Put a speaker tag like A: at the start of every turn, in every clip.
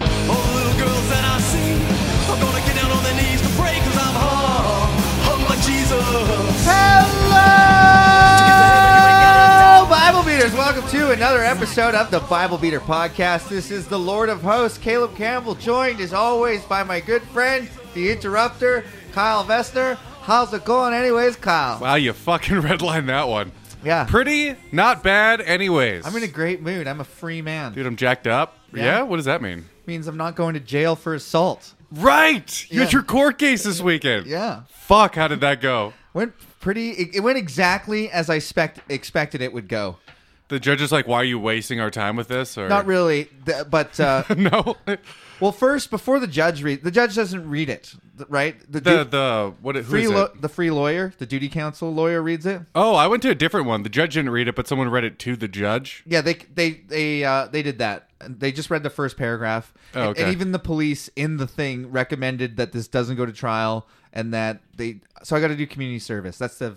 A: All the little girls that I see are gonna get down on their knees to pray i I'm hung, hung like Jesus.
B: Hello, Oh, Bible Beaters. Welcome to another episode of the Bible Beater Podcast. This is the Lord of Hosts, Caleb Campbell, joined as always by my good friend, the interrupter, Kyle Vestner. How's it going, anyways, Kyle?
C: Wow, you fucking redlined that one.
B: Yeah.
C: Pretty, not bad, anyways.
B: I'm in a great mood. I'm a free man.
C: Dude, I'm jacked up.
B: Yeah?
C: Yeah? What does that mean?
B: means I'm not going to jail for assault.
C: Right! You
B: Yeah.
C: had your court case this weekend.
B: Yeah.
C: Fuck, how did that go?
B: Went pretty, it, it went exactly as I expect, expected it would go.
C: The judge is like, why are you wasting our time with this? Or
B: Not really, th- but uh,
C: No. The
B: well, first before the judge read, the judge doesn't read it, th- right? The, du-
C: the what who
B: free
C: is
B: lo-
C: it?
B: the free lawyer, the duty counsel lawyer reads it.
C: Oh, I went to a different one. The judge didn't read it, but someone read it to the judge.
B: Yeah, they they they uh, they did that. They just read the first paragraph,
C: Oh,
B: And- and
C: okay.
B: even the police in the thing recommended that this doesn't go to trial, and that they. So I got to do community service. That's the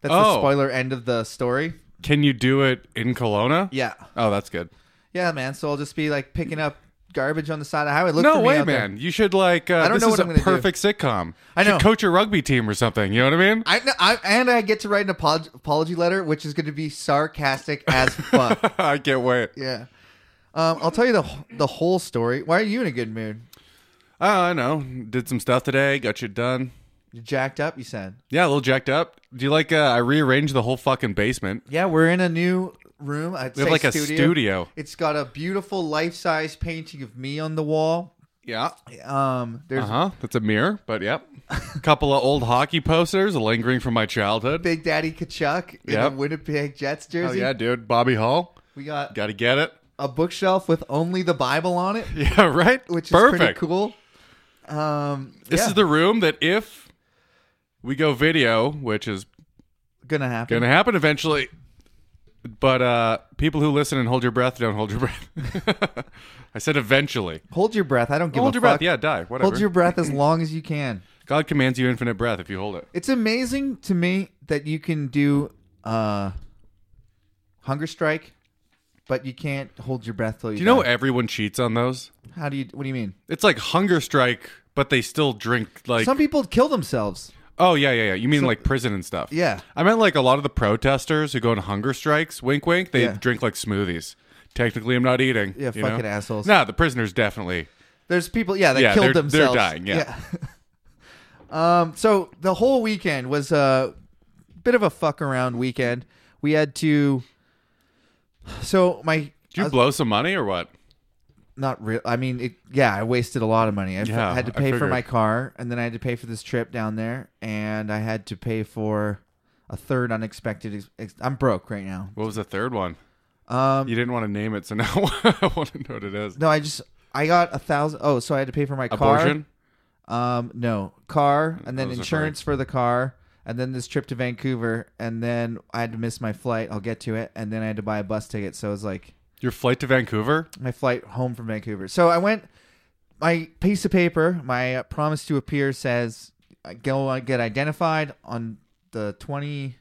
B: that's the
C: Oh.
B: spoiler end of the story.
C: Can you do it in Kelowna?
B: Yeah,
C: Oh, that's good.
B: yeah, man. So I'll just be like picking up garbage on the side of the highway. Look
C: no
B: for me
C: way,
B: out there.
C: man. You should like uh,
B: don't
C: this
B: know
C: is
B: what
C: a
B: I'm gonna do.
C: perfect sitcom.
B: I
C: Should
B: know.
C: coach a rugby team or something, you know what I mean?
B: I, I and I get to write an apolog- apology letter, which is going to be sarcastic as fuck.
C: I can't wait.
B: Yeah. Um, I'll tell you the the whole story. Why are you in a good mood?
C: Oh, I know. Did some stuff today. Got shit done.
B: You're jacked up, you said.
C: Yeah, a little jacked up. Do you like? Uh, I rearranged the whole fucking basement.
B: Yeah, we're in a new room. I'd
C: We have
B: say
C: like
B: studio.
C: a studio.
B: It's got a beautiful life size painting of me on the wall.
C: Yeah.
B: Um, there's
C: Uh huh. That's a mirror, but yep. A couple of old hockey posters lingering from my childhood.
B: Big Daddy Kachuk in
C: Yep.
B: a Winnipeg Jets
C: Oh
B: jersey.
C: yeah, dude. Bobby Hall.
B: We got
C: Got to get it.
B: a bookshelf with only the Bible on it,
C: Yeah. Right.
B: which is
C: perfect.
B: pretty cool. Um,
C: This
B: yeah,
C: is the room that if we go video, which is
B: gonna happen.
C: gonna happen eventually. But uh people who listen and hold your breath, don't hold your breath. I said eventually.
B: Hold your breath. I don't give
C: Hold
B: a
C: your
B: fuck.
C: breath. Yeah, die. Whatever.
B: Hold your breath as long as you can.
C: God commands you infinite breath if you hold it.
B: It's amazing to me that you can do uh hunger strike, but you can't hold your breath till you.
C: Do you know
B: die.
C: everyone cheats on those?
B: how do you? What do you mean?
C: It's like hunger strike, but they still drink like
B: Some people kill themselves.
C: Oh yeah, yeah, yeah. You mean like prison and stuff.
B: Yeah.
C: I meant like a lot of the protesters who go on hunger strikes, wink wink, they
B: Yeah.
C: drink like smoothies. Technically I'm not eating.
B: Yeah,
C: you
B: fucking
C: know?
B: assholes.
C: Nah, the prisoners definitely.
B: There's people, yeah, that
C: Yeah,
B: killed
C: they're- they're
B: themselves.
C: dying, yeah.
B: Yeah. um. So the whole weekend was a bit of a fuck around weekend. We had to. So my.
C: Did
B: I
C: you
B: was-
C: blow some money or what?
B: not real. I mean, it, yeah, I wasted a lot of money. I f-
C: Yeah,
B: had to
C: I
B: pay for
C: figured.
B: my car, and then I had to pay for this trip down there, and I had to pay for a third unexpected. Ex- ex- I'm broke right now.
C: What was the third one?
B: Um,
C: You didn't want to name it, so now I want to know what it is.
B: no, I just I got a thousand. Oh, so I had to pay for my
C: Abortion?
B: car. Um, no car, and then
C: Those are
B: insurance for the car, and then this trip to Vancouver, and then I had to miss my flight. I'll get to it, and then I had to buy a bus ticket. So it was like
C: Your flight to Vancouver?
B: my flight home from Vancouver. So I went. My piece of paper, my uh, promise to appear, says I go I get identified on the twenty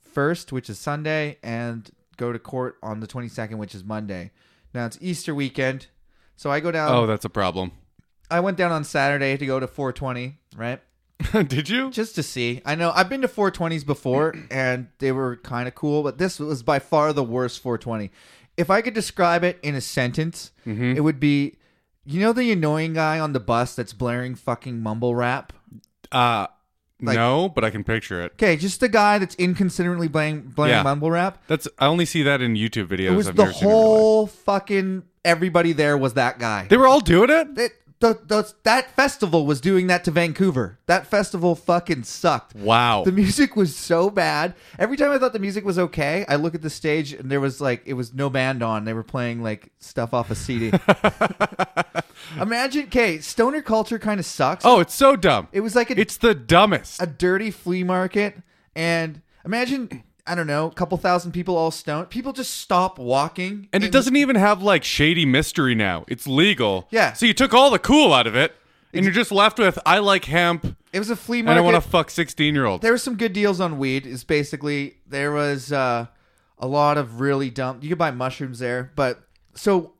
B: first, which is Sunday, and go to court on the twenty second, which is Monday. Now it's Easter weekend, so I go down.
C: oh, that's a problem.
B: I went down on Saturday to go to four twenty, right?
C: Did you?
B: Just to see. I know I've been to 420s before and they were kind of cool, but this was by far the worst 420. If I could describe it in a sentence,
C: Mm-hmm.
B: it would be you know the annoying guy on the bus that's blaring fucking mumble rap?
C: Uh
B: Like-
C: no, but I can picture it.
B: Okay, just the guy that's inconsiderately blaring, blaring
C: Yeah.
B: mumble rap.
C: That's I only see that in YouTube
B: It
C: videos.
B: was
C: I've
B: the
C: never seen it in real life.
B: whole fucking everybody there was that guy.
C: They were all doing it.
B: That the, the, that festival was doing that to Vancouver. That festival fucking sucked.
C: Wow.
B: The music was so bad. Every time I thought the music was okay, I look at the stage and there was like it was no band on. They were playing like stuff off a CD. Imagine, okay, stoner culture kind of sucks.
C: oh, it's so dumb.
B: it was like a,
C: it's the dumbest.
B: a dirty flea market, and imagine I don't know, a couple thousand people all stoned. People just stop walking,
C: and it doesn't even have like shady mystery now. It's legal.
B: Yeah.
C: So you took all the cool out of it, and you're just left with I like hemp
B: It was a flea
C: I
B: market.
C: don't want to fuck sixteen year olds.
B: there were some good deals on weed. Is basically there was uh, a lot of really dumb. You could buy mushrooms there, but so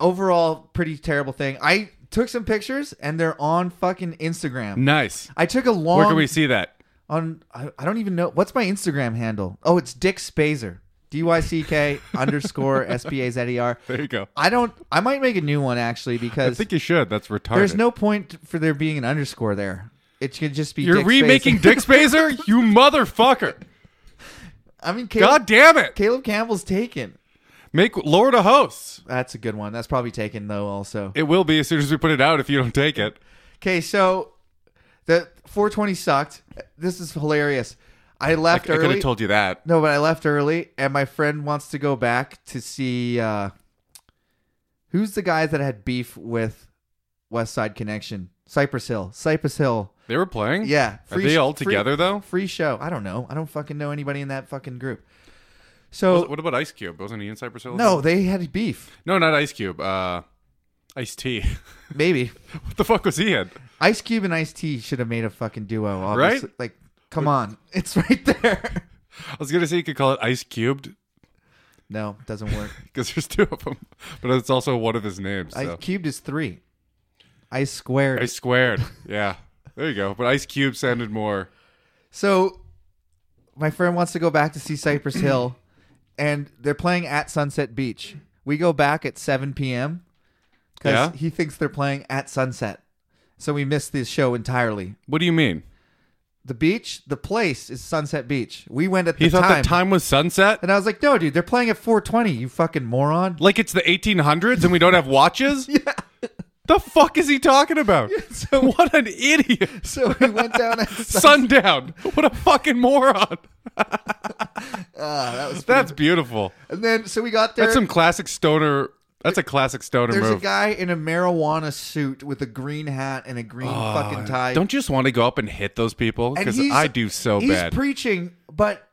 B: overall, pretty terrible thing. I took some pictures and they're on fucking Instagram.
C: Nice.
B: I took a long.
C: Where can we see that?
B: on I, I don't even know what's my Instagram handle. Oh, it's Dick Spazer. D Y C K underscore S P A Z E R.
C: There you go.
B: I don't I might make a new one actually
C: I
B: because
C: think you should. That's retarded.
B: there's no point for there being an underscore there. It should just be
C: You're
B: Dick
C: remaking
B: Spazer.
C: Dick Spazer, you motherfucker!
B: I mean Caleb,
C: God damn it!
B: Caleb Campbell's taken.
C: Make Lord a host.
B: That's a good one. That's probably taken though also.
C: It will be as soon as we put it out. If you don't take it,
B: Okay, so the 420 sucked. This is hilarious. I
C: I,
B: left
C: could
B: early.
C: have told you that.
B: No, but I left early, and my friend wants to go back to see uh, who's the guys that had beef with West Side Connection, Cypress Hill, Cypress Hill.
C: They were playing.
B: Yeah,
C: Are they
B: sh-
C: all together though?
B: Free show. I don't know. I don't fucking know anybody in that fucking group. So
C: What about Ice Cube? Wasn't he in Cypress Hill?
B: no, they had beef.
C: no, not Ice Cube. Uh, Ice T.
B: Maybe
C: what the fuck was he in?
B: Ice Cube and Ice T should have made a fucking duo. Obviously.
C: Right?
B: Like, come on, it's right there.
C: I was gonna say you could call it Ice Cubed
B: no, doesn't work.
C: because there's two of them, but it's also one of his names. So.
B: Ice cubed is three. Ice squared.
C: Ice squared. Yeah. There you go. But Ice Cube sounded more.
B: So my friend wants to go back to see Cypress Hill, and they're playing at Sunset Beach. We go back at 7 p.m. because
C: Yeah.
B: he thinks they're playing at sunset. So we missed this show entirely.
C: What do you mean?
B: The beach, the place is Sunset Beach. We went at
C: He
B: the
C: thought
B: time,
C: the time was sunset.
B: and I was like, "No, dude, they're playing at 4:20. You fucking moron!"
C: Like it's the 1800s and we don't have watches? yeah. The fuck is he talking about?
B: so-
C: what an idiot.
B: So we went down at sunset.
C: Sundown. What a fucking moron.
B: Ah, that was pretty-
C: That's beautiful.
B: and then so we got there.
C: That's some classic stoner. That's a classic stoner
B: there's a
C: move.
B: guy in a marijuana suit with a green hat and a green fucking tie.
C: Don't you just want to go up and hit those people?
B: And
C: Because
B: he's-
C: I do so
B: he's
C: bad.
B: preaching, but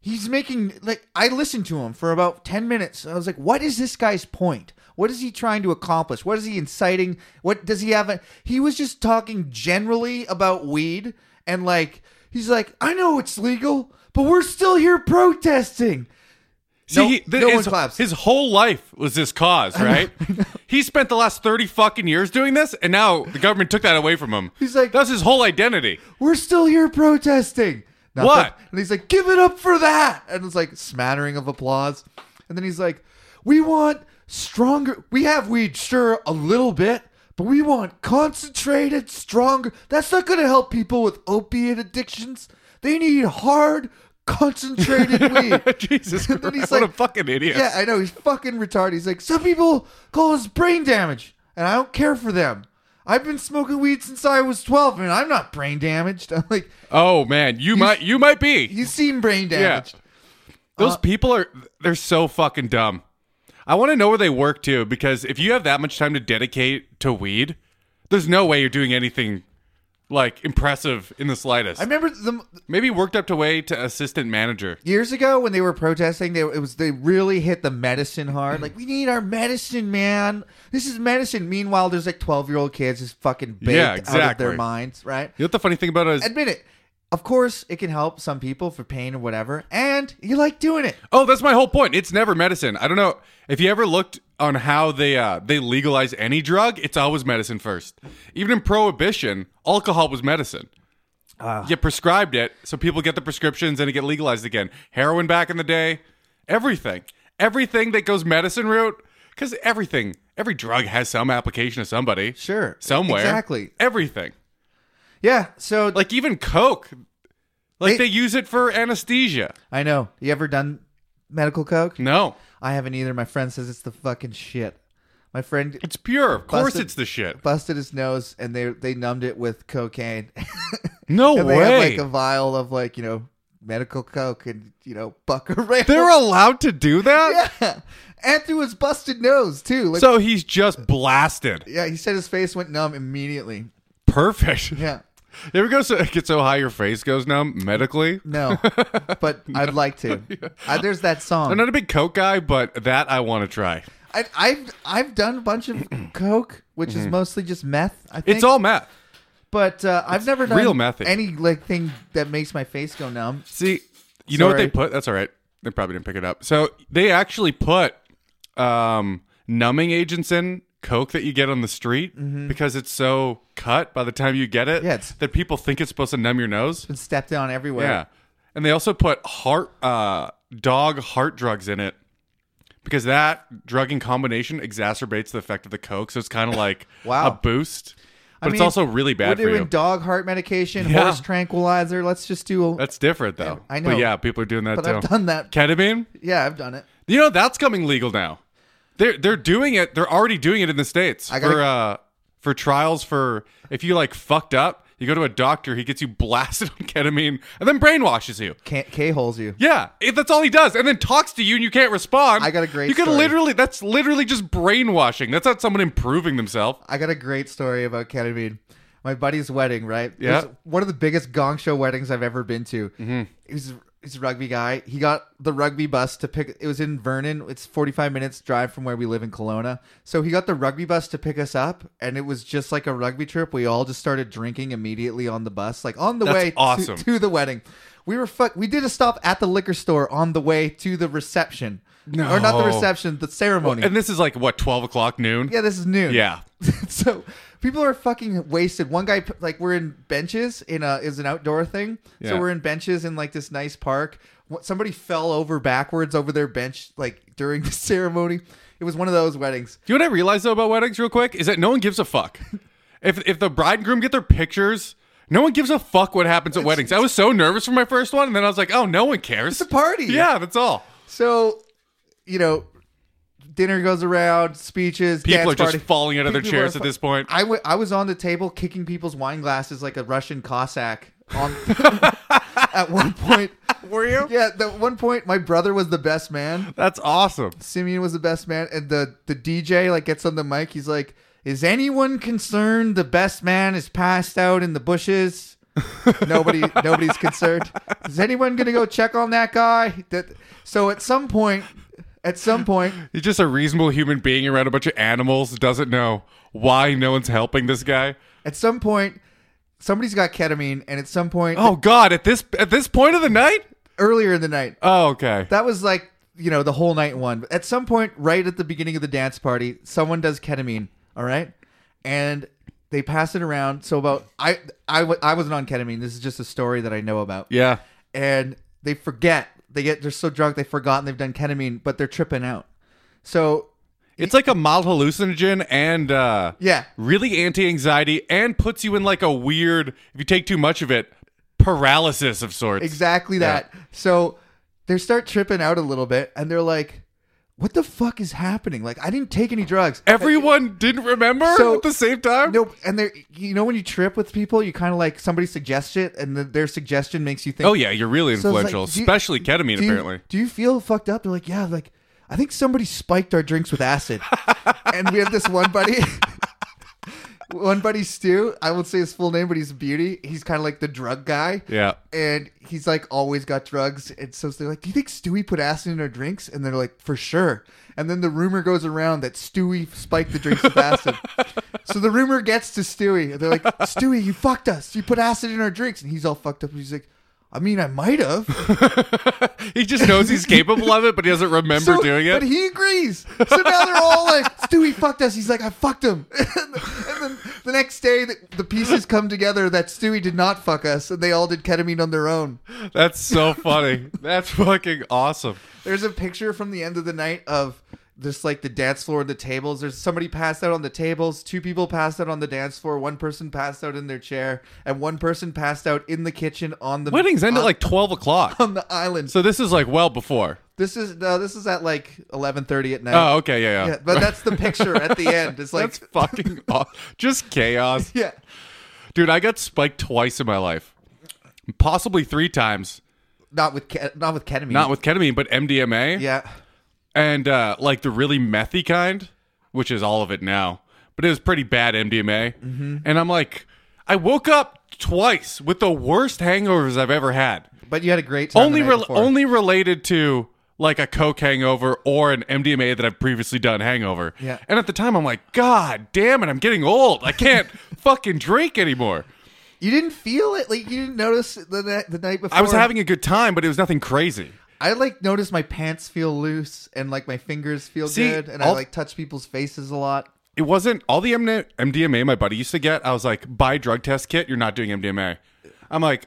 B: he's making like I listened to him for about ten minutes. I was like, "What is this guy's point? What is he trying to accomplish? What is he inciting? What does he have?" A, he was just talking generally about weed and like he's like, "I know it's legal, but we're still here protesting."
C: See,
B: No-
C: he, th-
B: no one
C: his,
B: claps.
C: his whole life was this cause, right? he spent the last 30 fucking years doing this, and now the government took that away from him.
B: He's like-
C: that's his whole identity.
B: We're still here protesting. Not
C: What?
B: that- and he's like, give it up for that. And it's like smattering of applause. And then he's like, we want stronger. We have weed, sure, a little bit, but we want concentrated, stronger. That's not going to help people with opiate addictions. They need hard, concentrated weed.
C: Jesus
B: And
C: Christ.
B: then he's
C: what
B: like-
C: a fucking idiot.
B: Yeah, I know. He's fucking retarded. He's like, some people call this brain damage, and I don't care for them. I've been smoking weed since I was 12, and I'm not brain damaged. I'm like,
C: Oh man, you might you might be.
B: you seem brain damaged.
C: Those people are they're so fucking dumb. I want to know where they work too because if you have that much time to dedicate to weed, there's no way you're doing anything like impressive in the slightest.
B: I remember the
C: Maybe worked up to way to assistant manager.
B: years ago when they were protesting, they it was they really hit the medicine hard. Like, we need our medicine, man. This is medicine. Meanwhile, there's like 12 year old kids just fucking baked
C: Yeah,
B: out of their
C: exactly.
B: minds, right?
C: You know what the funny thing about it is?
B: Admit it. Of course, it can help some people for pain or whatever, and you like doing it.
C: Oh, that's my whole point. It's never medicine. I don't know if you ever looked on how they uh, they legalize any drug. It's always medicine first. Even in prohibition, alcohol was medicine.
B: Ah.
C: you prescribed it, so people get the prescriptions and it get legalized again. Heroin back in the day, everything, everything that goes medicine route, because everything, every drug has some application to somebody,
B: Sure.
C: somewhere,
B: Exactly.
C: everything.
B: Yeah. So
C: Like even coke, like
B: They-
C: they use it for anesthesia.
B: I know. You ever done medical coke?
C: No,
B: I haven't either. My friend says it's the fucking shit. My friend
C: it's pure. Of course,
B: Busted-
C: it's the shit.
B: busted his nose and they they numbed it with cocaine.
C: No
B: and
C: way.
B: they had like a vial of like, you know, medical coke and, you know, buck around.
C: They're allowed to do that?
B: yeah. And through his busted nose too. Like
C: So he's just blasted.
B: yeah, he said his face went numb immediately.
C: Perfect.
B: Yeah.
C: You ever go so get so high your face goes numb medically?
B: No. but I'd like to. Uh, there's that song.
C: I'm not a big coke guy, but that I want to try.
B: I, I've I've done a bunch of coke, which is mostly just meth. I think
C: It's Mm-hmm. all meth.
B: But uh, I've never done
C: real method.
B: any like thing that makes my face go numb.
C: See, you know what they
B: Sorry.
C: put? That's all right. They probably didn't pick it up. So they actually put um, numbing agents in Coke that you get on the street because it's so cut by the time you get it
B: Mm-hmm. Yeah, it's-
C: that people think it's supposed to numb your nose.
B: Been stepped on everywhere.
C: Yeah. And they also put heart uh, dog heart drugs in it because that drug in combination exacerbates the effect of the Coke. So it's kind of like
B: Wow.
C: a boost.
B: I
C: But it's
B: mean,
C: also really bad
B: We're
C: for
B: doing
C: you.
B: dog heart medication,
C: Yeah.
B: horse tranquilizer. Let's just do. A,
C: That's different though.
B: I know.
C: But yeah, people are doing that
B: but
C: too.
B: I've done that.
C: Ketamine?
B: Yeah, I've done it.
C: You know that's coming legal now. They're they're doing it. They're already doing it in the states
B: I gotta-
C: for uh for trials for if you like fucked up, you go to a doctor, he gets you blasted on ketamine and then brainwashes you.
B: Can't K holes you.
C: Yeah, if that's all he does, and then talks to you and you can't respond.
B: I got a great
C: You can
B: story.
C: literally that's literally just brainwashing. That's not someone improving themselves.
B: I got a great story about ketamine. My buddy's wedding, right? It
C: Yeah.
B: was one of the biggest gong show weddings I've ever been to. Mm-hmm. He's he's a rugby guy. He got the rugby bus to pick. It was in Vernon. It's forty five minutes drive from where we live in Kelowna. So he got the rugby bus to pick us up, and it was just like a rugby trip. We all just started drinking immediately on the bus, like on the
C: That's
B: way to-
C: awesome.
B: to, the wedding. We were fuck. We did a stop at the liquor store on the way to the reception.
C: No.
B: or not the reception, the ceremony.
C: And this is like what twelve o'clock noon.
B: yeah, this is noon
C: Yeah.
B: so people are fucking wasted. One guy, like, we're in benches in a is an outdoor thing. So
C: Yeah.
B: we're in benches in like this nice park. What- Somebody fell over backwards over their bench like during the ceremony. It was one of those weddings.
C: You know what I realized though about weddings, real quick, is that no one gives a fuck. if if the bride and groom get their pictures, no one gives a fuck what happens at weddings. I was so nervous for my first one, and then I was like, oh, no one cares.
B: It's a party.
C: Yeah, that's all.
B: So, you know, dinner goes around, speeches.
C: People
B: dance
C: are just
B: party.
C: falling out of their
B: People are
C: chairs at
B: fu-
C: this point.
B: I wa- I was on the table kicking people's wine glasses like a Russian Cossack. On at one point,
C: Were you?
B: yeah, at one point, my brother was the best man.
C: That's awesome.
B: Simeon was the best man, and the the DJ like gets on the mic. He's like, "Is anyone concerned? The best man is passed out in the bushes. Nobody, nobody's concerned. Is anyone gonna go check on that guy?" That so at some point, at some point,
C: He's just a reasonable human being around a bunch of animals. Doesn't know why no one's helping this guy.
B: at some point, somebody's got ketamine, and at some point,
C: Oh God! At this at this point of the night.
B: earlier in the night,
C: Oh okay.
B: that was like you know the whole night one. At some point, right at the beginning of the dance party, someone does ketamine. All right, and they pass it around. So about I I wa- I wasn't on ketamine. This is just a story that I know about.
C: yeah.
B: and they forget. They get they're so drunk they've forgotten they've done ketamine, but they're tripping out. So
C: It's like a mild hallucinogen and uh,
B: yeah,
C: really anti-anxiety and puts you in like a weird. If you take too much of it, paralysis of sorts.
B: Exactly that. So they start tripping out a little bit and they're like, what the fuck is happening? Like, I didn't take any drugs.
C: Everyone didn't remember
B: So-
C: at the same time.
B: No, and they're, you know, when you trip with people, you kind of like somebody suggests it and then their suggestion makes you think.
C: Oh yeah, you're really
B: So it's like,
C: influential,
B: do you-
C: especially ketamine.
B: do you-
C: apparently,
B: Do you feel fucked up? They're like, yeah, like, I think somebody spiked our drinks with acid. and we have this one buddy. One buddy, Stu, I won't say his full name, but he's a beauty. He's kind of like the drug guy.
C: yeah.
B: and he's like always got drugs and so they're like do you think stewie put acid in our drinks and they're like for sure and then the rumor goes around that stewie spiked the drinks with acid so the rumor gets to stewie and they're like stewie you fucked us you put acid in our drinks and he's all fucked up he's like i mean i might have
C: He just knows he's capable of it, but he doesn't remember
B: So-
C: doing it.
B: But he agrees. So now they're all like, Stewie fucked us. He's like, I fucked him. and then the next day, the, the pieces come together that Stewie did not fuck us, and they all did ketamine on their own.
C: That's so funny. That's fucking awesome.
B: There's a picture from the end of the night of just like the dance floor and the tables. There's somebody passed out on the tables, two people passed out on the dance floor, one person passed out in their chair, and one person passed out in the kitchen on the
C: Weddings end
B: on,
C: at like twelve o'clock,
B: on the island.
C: so this is like well before.
B: this is no, this is at like 11:30 at night.
C: Oh, okay, yeah, yeah.
B: yeah, but that's the picture at the end. It's like
C: That's fucking aw- just chaos.
B: yeah.
C: Dude, I got spiked twice in my life. Possibly three times.
B: Not with ke- not with ketamine.
C: Not with ketamine, but MDMA.
B: yeah.
C: And uh, like the really methy kind, which is all of it now. But it was pretty bad MDMA.
B: Mm-hmm.
C: And I'm like, I woke up twice with the worst hangovers I've ever had.
B: But you had a great time.
C: only
B: the night
C: rel
B: before.
C: only related to like a coke hangover or an MDMA that I've previously done hangover.
B: Yeah.
C: And at the time I'm like, God damn it, I'm getting old. I can't fucking drink anymore.
B: You didn't feel it, like you didn't notice the na- the night before.
C: I was having a good time, but it was nothing crazy.
B: I like notice my pants feel loose and like my fingers feel
C: See,
B: good, and I
C: all-
B: like touch people's faces a lot.
C: It wasn't all the MD- MDMA my buddy used to get. I was like, buy drug test kit. You're not doing MDMA. I'm like,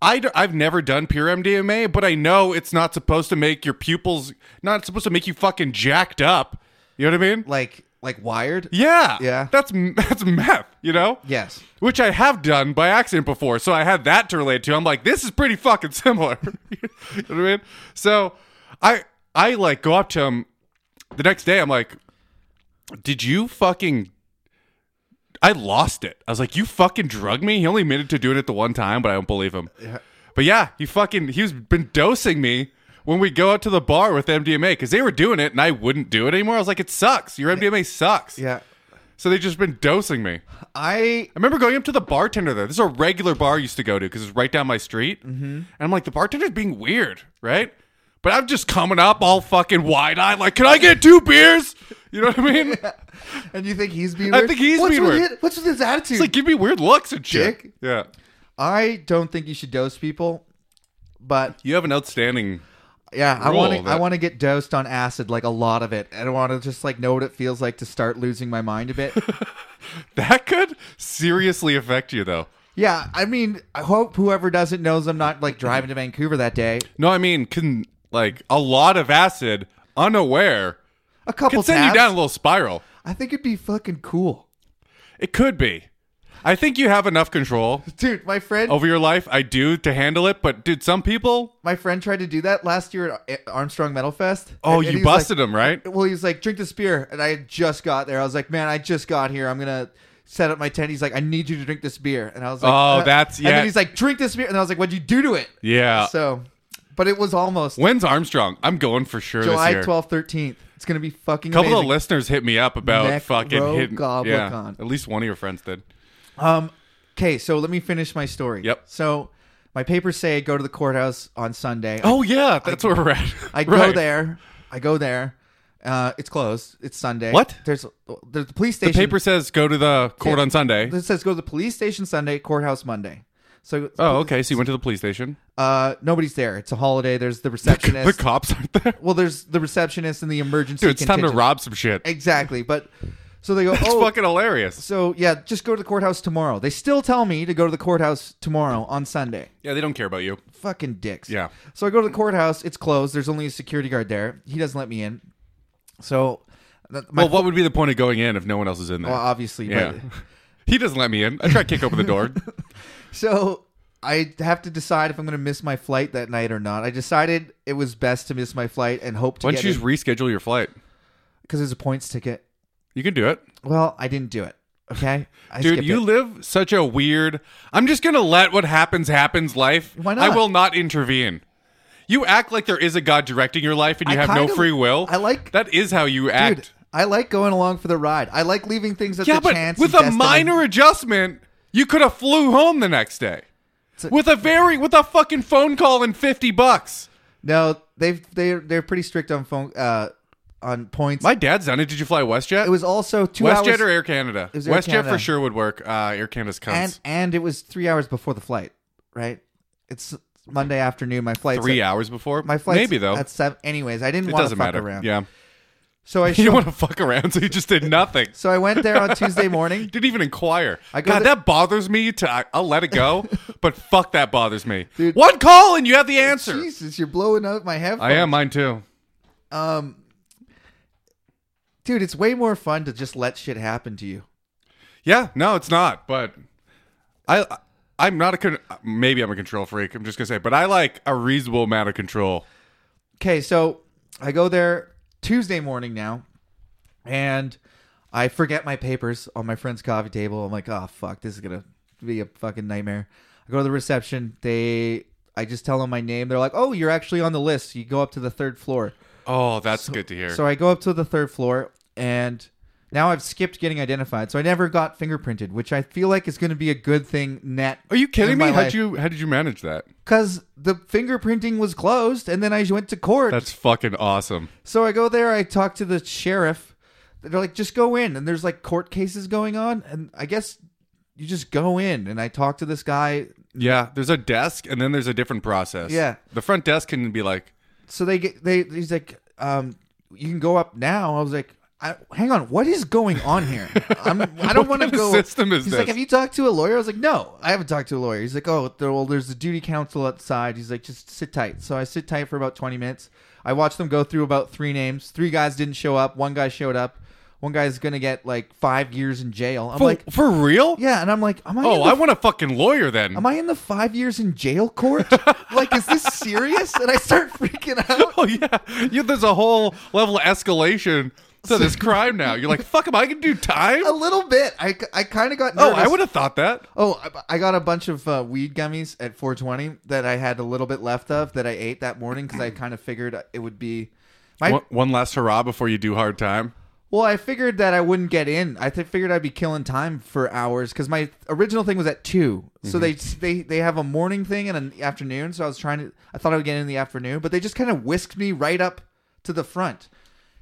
C: I d- I've never done pure MDMA, but I know it's not supposed to make your pupils not supposed to make you fucking jacked up. You know what I mean?
B: Like like wired.
C: Yeah,
B: Yeah.
C: That's m- that's meth. You know?
B: Yes.
C: Which I have done by accident before, so I had that to relate to. I'm like, this is pretty fucking similar. you know what I mean? So I I like go up to him the next day. I'm like, did you fucking? I lost it. I was like, you fucking drug me. He only admitted to doing it the one time, but I don't believe him. But yeah, he fucking he's been dosing me. When we go out to the bar with MDMA, because they were doing it and I wouldn't do it anymore, I was like, "It sucks. Your MDMA sucks."
B: Yeah.
C: So they've just been dosing me.
B: I
C: I remember going up to the bartender there. This is a regular bar I used to go to because it's right down my street. Mm-hmm. And I'm like, the bartender's being weird, right? But I'm just coming up all fucking wide eyed, like, can I get two beers? You know what I mean?
B: and you think he's being.
C: I
B: Weird?
C: think he's
B: what's
C: being
B: with
C: weird.
B: his- what's with his attitude?
C: It's like, give me weird looks and shit.
B: Dick.
C: Yeah.
B: I don't think you should dose people, but
C: You have an outstanding.
B: yeah, I
C: Rule
B: want to.
C: that-
B: I want to get dosed on acid, like a lot of it. I want to just like know what it feels like to start losing my mind a bit.
C: That could seriously affect you, though.
B: yeah, I mean, I hope whoever does it knows I'm not like driving to Vancouver that day.
C: No, I mean, can, like, a lot of acid, unaware,
B: A couple
C: could send
B: tabs.
C: you down a little spiral.
B: I think it'd be fucking cool,
C: It could be. I think you have enough control
B: dude. My friend,
C: over your life. I do to handle it, but dude, some people
B: my friend tried to do that last year at Armstrong Metal Fest.
C: Oh,
B: And- and
C: you
B: he's like-
C: busted him, right?
B: Well, he's like, drink this beer, and I had just got there. I was like, man, I just got here. I'm gonna set up my tent. He's like, I need you to drink this beer, and I was like, "Uh,"
C: Oh, that's-
B: And
C: yeah.
B: then he's like, drink this beer, and I was like, what'd you do to it?
C: Yeah.
B: So, but it was almost
C: When's Armstrong? I'm going for sure
B: July
C: this year.
B: 12th, 13th. It's gonna be fucking
C: A couple
B: amazing.
C: of listeners hit me up about
B: Neck
C: fucking
B: row
C: hitting. Yeah,
B: Goblicon.
C: at least one of your friends did.
B: Um, okay, so let me finish my story.
C: Yep.
B: So, my papers say I go to the courthouse on Sunday.
C: Oh yeah, that's where we're at.
B: I go
C: Right.
B: there. I go there. Uh, it's closed. It's Sunday.
C: What?
B: There's there's the police
C: The
B: station.
C: paper says go to the court
B: Yeah.
C: on Sunday.
B: It says go to the police station Sunday, courthouse Monday. So
C: Oh, okay. So you went to the police station.
B: uh, nobody's there. It's a holiday. There's the receptionist.
C: The cops aren't there.
B: well, there's the receptionist and the emergency.
C: Dude, it's time to
B: contingent.
C: rob some shit. It's
B: Exactly, but so they go. oh,
C: fucking hilarious.
B: so yeah, just go to the courthouse tomorrow. They still tell me to go to the courthouse tomorrow on Sunday.
C: Yeah, they don't care about you.
B: Fucking dicks.
C: Yeah.
B: So I go to the courthouse. It's closed. There's only a security guard there. He doesn't let me in. So, th- my
C: well, what would be the point of going in if no one else is in there?
B: well, obviously,
C: yeah.
B: but
C: he doesn't let me in. I try to kick open the door.
B: So I have to decide if I'm going to miss my flight that night or not. I decided it was best to miss my flight and hope to
C: Why
B: get
C: don't you just reschedule your flight?
B: because it's a points ticket.
C: You can do it.
B: Well, I didn't do it. Okay, I
C: Dude,
B: skipped
C: you
B: it.
C: live such a weird. I'm just gonna let what happens happens. Life.
B: Why
C: I
B: not?
C: will not intervene. You act like there is a God directing your life, and you
B: I
C: have no
B: kinda-
C: free will.
B: I like-
C: that is how you act.
B: Dude, I like going along for the ride. I like leaving things at
C: yeah,
B: the
C: but
B: chance.
C: with
B: and
C: a
B: destiny.
C: minor adjustment, you could have flew home the next day.
B: a-
C: with a very with a fucking phone call and fifty bucks.
B: No, they've they are they're pretty strict on phone uh on points.
C: My dad's done it. Did you fly WestJet?
B: it was also two
C: WestJet
B: hours
C: or Air Canada.
B: was Air
C: WestJet for
B: Canada.
C: sure would work. Uh, Air Canada's cunts.
B: and and it was three hours before the flight. Right? It's Monday afternoon. My flight's
C: Three
B: At,
C: hours before.
B: my flight's
C: maybe though.
B: At seven. Anyways, I didn't
C: it
B: want
C: doesn't
B: to fuck
C: matter.
B: around.
C: Yeah.
B: So I
C: He
B: showed-
C: didn't want to fuck around, so he just did nothing.
B: So I went there on Tuesday morning.
C: Didn't even inquire.
B: I go
C: God,
B: to-
C: that bothers me. To I, I'll let it go, but fuck, that bothers me.
B: Dude.
C: One call and you have the answer.
B: Jesus, you're blowing out my headphones.
C: I am mine too.
B: Um, dude, it's way more fun to just let shit happen to you.
C: Yeah, no, it's not. But I, I- I'm not a con- maybe I'm a control freak. I'm just gonna say, but I like a reasonable amount of control.
B: Okay, so I go there Tuesday morning now, and I forget my papers on my friend's coffee table. I'm like, oh fuck, this is gonna be a fucking nightmare. I go to the reception. They, I just tell them my name. They're like, oh, you're actually on the list. You go up to the third floor.
C: Oh, that's good to hear.
B: So I go up to the third floor, and now I've skipped getting identified. So I never got fingerprinted, which I feel like is going to be a good thing. Net.
C: Are you kidding
B: in
C: me?
B: my
C: How
B: life.
C: would you how did you manage that?
B: Because the fingerprinting was closed, and then I went to court.
C: That's fucking awesome.
B: so I go there. I talk to the sheriff. They're like, just go in, and there's like court cases going on, and I guess you just go in and I talk to this guy.
C: Yeah, there's a desk, and then there's a different process.
B: Yeah.
C: the front desk can be like,
B: So they get they he's like, um, you can go up now. I was like, I, hang on, what is going on here? I'm I don't
C: What
B: want to
C: kind of
B: go.
C: system is
B: he's
C: this?
B: like, have you talked to a lawyer? I was like, no, I haven't talked to a lawyer. He's like, oh, there, well, there's the duty counsel outside. He's like, just sit tight. So I sit tight for about 20 minutes. I watched them go through about three names. Three guys didn't show up. One guy showed up. One guy's gonna get like five years in jail. I'm
C: for,
B: like,
C: for real?
B: yeah, and I'm like, am I? in
C: Oh,
B: the
C: I want a fucking lawyer then.
B: Am I in the five years in jail court? like, is this serious? And I start freaking out.
C: oh yeah, you, there's a whole level of escalation to this crime now. You're like, fuck, am I gonna do time?
B: A little bit. I, Oh, I kind of got
C: Oh,
B: nervous.
C: I would have thought that.
B: Oh, I, I got a bunch of uh, weed gummies at 420 that I had a little bit left of that I ate that morning because I kind of figured uh, it would be. My,
C: One, one last hurrah before you do hard time.
B: Well, I figured that I wouldn't get in. I th- figured I'd be killing time for hours because my original thing was at 2 So they
C: Mm-hmm.
B: they they have a morning thing and an afternoon. So I was trying to. I thought I would get in in the afternoon, but they just kind of whisked me right up to the front.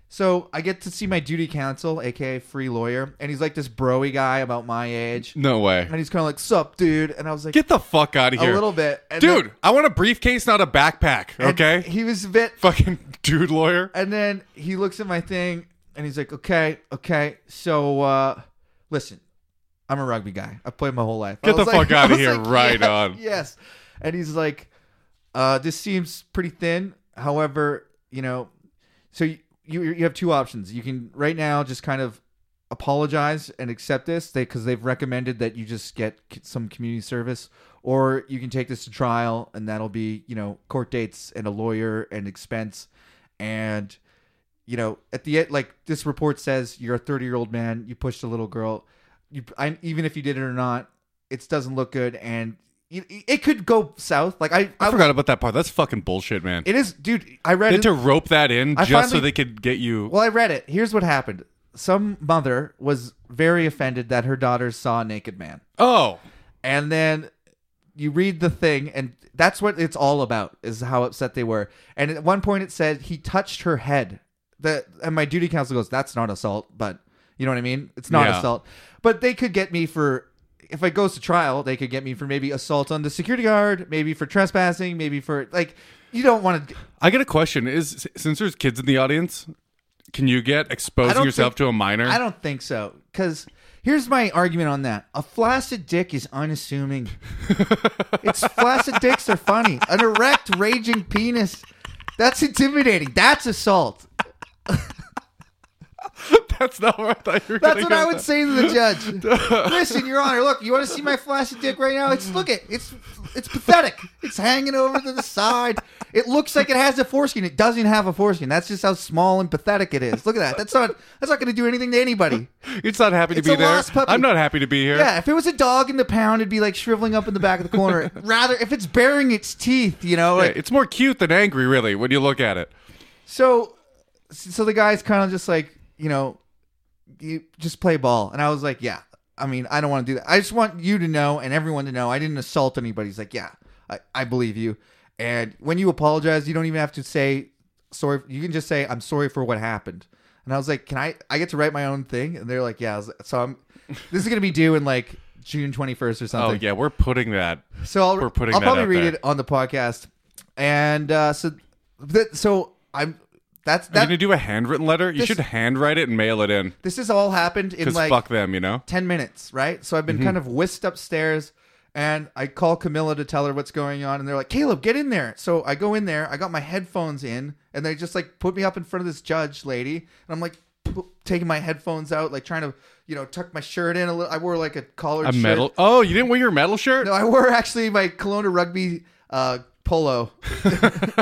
B: So I get to see my duty counsel, aka free lawyer, and he's like this broy guy about my age,
C: No way.
B: and he's kind of like "sup, dude," and I was like
C: Get the fuck out of
B: a
C: here,
B: little bit, and then-
C: dude. I want a briefcase, not a backpack.
B: and
C: Okay,
B: he was a bit
C: fucking dude, lawyer.
B: And then he looks at my thing and he's like, okay, okay. So, uh, listen, I'm a rugby guy. I've played my whole life. I
C: Get the
B: was like-
C: fuck outta
B: I was
C: here right
B: "Yes,
C: on."
B: Yes. And he's like, uh, this seems pretty thin. However, you know, so you, you, you have two options. You can right now just kind of apologize and accept this because they've recommended that you just get c- some community service or you can take this to trial and that'll be you know court dates and a lawyer and expense and you know at the end like this report says you're a 30 year old man you pushed a little girl you I, even if you did it or not it doesn't look good and it, it could go south like i,
C: I
B: I
C: forgot about that part. That's fucking bullshit, man.
B: it is dude i read
C: They
B: it-
C: had to rope that in
B: I
C: just so
B: finally-
C: they could get you.
B: well, I read it. Here's what happened. Some mother was very offended that her daughter saw a naked man.
C: Oh,
B: And then you read the thing and that's what it's all about is how upset they were. And at one point it said he touched her head. The and my duty counsel goes, That's not assault, but you know what I mean? It's not
C: Yeah.
B: assault. But they could get me for if it goes to trial, they could get me for maybe assault on the security guard, maybe for trespassing, maybe for like you don't want to
C: I get a question. Is since there's kids in the audience, can you get
B: I
C: exposing
B: don't
C: yourself
B: think-
C: to a minor?
B: I don't think so. Because here's my argument on that: a flaccid dick is unassuming. it's flaccid dicks are funny. An erect, raging penis. That's intimidating. That's assault.
C: That's not what I thought you were.
B: That's
C: gonna
B: what
C: go
B: I
C: with
B: would
C: that.
B: say to the judge. Listen, Your Honor, look, you want to see my flaccid dick right now? It's look it. It's it's pathetic. It's hanging over to the side. It looks like it has a foreskin. It doesn't have a foreskin. That's just how small and pathetic it is. Look at that. That's not that's not going to do anything to anybody.
C: It's not happy to
B: It's
C: be
B: a
C: there.
B: lost puppy.
C: I'm not happy to be here.
B: Yeah, if it was a dog in the pound, it'd be like shriveling up in the back of the corner. Rather, if it's baring its teeth, you know.
C: Yeah,
B: Like,
C: it's more cute than angry, really, when you look at it.
B: So, so the guy's kind of just like, you know, you just play ball. And I was like, yeah. I mean, I don't want to do that. I just want you to know and everyone to know I didn't assault anybody. He's like, yeah, I, I believe you. And when you apologize, you don't even have to say sorry. You can just say I'm sorry for what happened. And I was like, can I? I get to write my own thing. And they're like, yeah. I was like- so I'm. This is gonna be due in like June 21st or
C: Oh
B: something.
C: yeah, we're putting that.
B: So I'll,
C: We're putting
B: I'll
C: that
B: probably
C: out
B: read
C: there.
B: it on the podcast. And uh, so, that, so I'm. That's
C: You're
B: that.
C: gonna do a handwritten letter. You
B: This-
C: should handwrite it and mail it in.
B: this has all happened in
C: Because
B: like
C: fuck Mm-hmm. them, you know.
B: ten minutes, right? So I've been kind of whisked upstairs, and I call Camilla to tell her what's going on, and they're like, "Caleb, get in there." So I go in there. I got my headphones in, and they just like put me up in front of this judge lady, and I'm like pu- taking my headphones out, like trying to you know tuck my shirt in a little. I wore like a collared
C: A
B: shirt.
C: metal. Oh, you didn't wear your metal shirt.
B: No, I wore actually my Kelowna rugby uh, polo.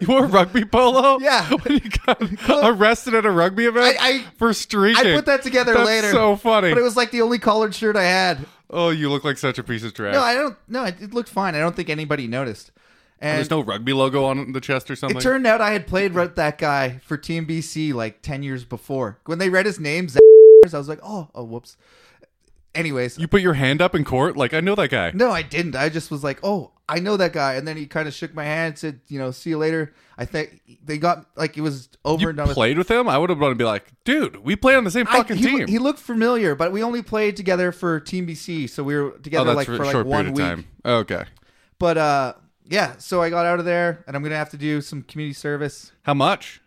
C: You wore rugby polo.
B: Yeah.
C: When you got arrested at a rugby event
B: I- I-
C: for streaking.
B: I put that together
C: That's
B: later.
C: So funny.
B: But it was like the only collared shirt I had.
C: oh, you look like such a piece of trash.
B: No, I don't. No, it, it looked fine. I don't think anybody noticed. And
C: There's no rugby logo on the chest or something.
B: it turned out I had played with that guy for Team BC like ten years before. When they read his name, Zach, I was like, oh, oh, whoops. Anyways,
C: You put your hand up in court? Like, I know that guy.
B: no, I didn't. I just was like, oh, I know that guy, and then he kind of shook my hand, said, you know, see you later. I think they got like it was over
C: You
B: and done with.
C: played with him? I would have wanted to be like, dude, we play on the same
B: I-
C: fucking
B: he,
C: team.
B: He looked familiar, but we only played together for Team BC, so we were
C: oh,
B: together
C: that's
B: like
C: for
B: for
C: a
B: like
C: short
B: one
C: period
B: week.
C: of time. Oh, Okay.
B: But uh, yeah, so I got out of there, and I'm gonna have to do some community service.
C: How much?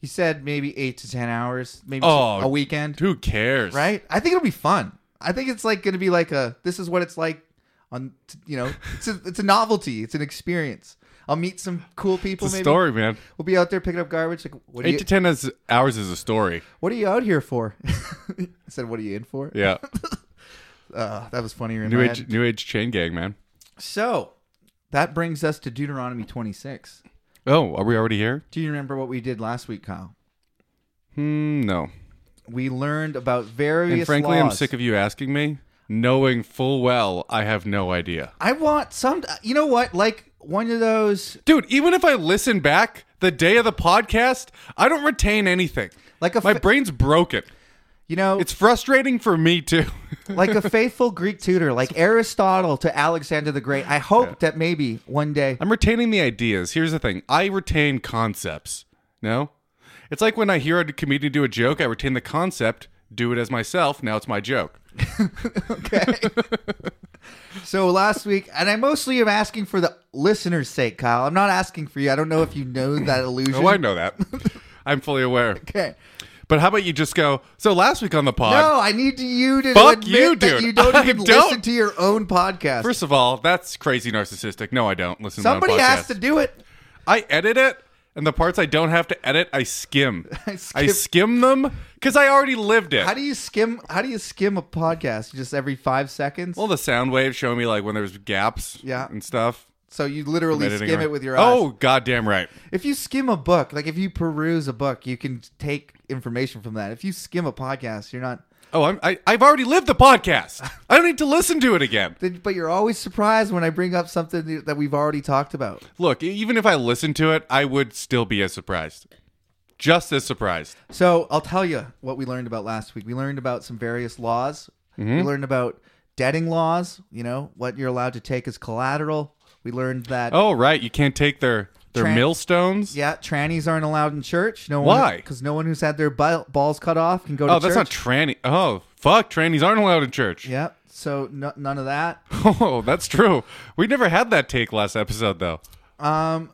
B: He said maybe eight to ten hours, maybe
C: Oh,
B: a weekend,
C: Who cares?
B: right? I think it'll be fun. I think it's like gonna be like a this is what it's like on t- you know it's a, it's a novelty, it's an experience. I'll meet some cool people.
C: It's a
B: maybe
C: story, man.
B: we'll be out there picking up garbage. Like what are
C: Eight
B: you
C: to ten is, hours is a story.
B: what are you out here for? I said what are you in for?
C: Yeah.
B: uh, that was funnier. In
C: New
B: my
C: age,
B: head.
C: new age chain gang, man.
B: So that brings us to Deuteronomy 26.
C: Oh, are we already here?
B: Do you remember what we did last week, Kyle?
C: Hmm, no.
B: We learned about various.
C: And frankly, I'm
B: laws.
C: sick of you asking me, knowing full well I have no idea.
B: I want some. You know what? Like one of those,
C: Dude, even if I listen back the day of the podcast, I don't retain anything.
B: like a,
C: My
B: fa-
C: brain's broken.
B: you know,
C: It's frustrating for me too.
B: like a faithful Greek tutor, like Aristotle to Alexander the Great. I hope that maybe one day.
C: I'm retaining the ideas. Here's the thing I retain concepts. No? It's like when I hear a comedian do a joke, I retain the concept, do it as myself. Now it's my joke.
B: So last week, and I mostly am asking for the listener's sake, Kyle. I'm not asking for you. I don't know if you know that illusion.
C: Oh, I know that. I'm fully aware.
B: Okay.
C: But how about you just go? So last week on the pod,
B: No, I need you to
C: Uh, Fuck
B: admit
C: you,
B: that
C: dude.
B: you don't
C: I
B: even
C: don't.
B: listen to your own podcast.
C: First of all, that's crazy narcissistic. No, I don't listen.
B: Somebody
C: to my own podcast.
B: has to do it.
C: I edit it, and the parts I don't have to edit, I skim.
B: I
C: I
B: skim.
C: skim, them because I already lived it.
B: How do you skim? How do you skim a podcast? Just every five seconds.
C: well, the sound waves show me like when there's gaps,
B: Yeah.
C: and stuff.
B: so you literally
C: Editing
B: skim
C: around.
B: it with your eyes.
C: Oh, goddamn right.
B: If you skim a book, like if you peruse a book, you can take information from that. If you skim a podcast, you're not.
C: Oh, I'm, I, I've already lived the podcast. I don't need to listen to it again.
B: then- But you're always surprised when I bring up something that we've already talked about.
C: Look, e- even if I listened to it, I would still be as surprised. Just as surprised.
B: So I'll tell you what we learned about last week. We learned about some various laws.
C: Mm-hmm.
B: We learned about debting laws. You know what you're allowed to take as collateral. We learned that
C: Oh, right. You can't take their their
B: Tran-
C: millstones.
B: yeah, trannies aren't allowed in church. No
C: Why?
B: Because no one who's had their ball- balls cut off can go to
C: Oh,
B: church.
C: that's not tranny. Oh, fuck. Trannies aren't allowed in church.
B: Yeah. So no, none of that.
C: Oh, that's true. We never had that take last episode though.
B: Um,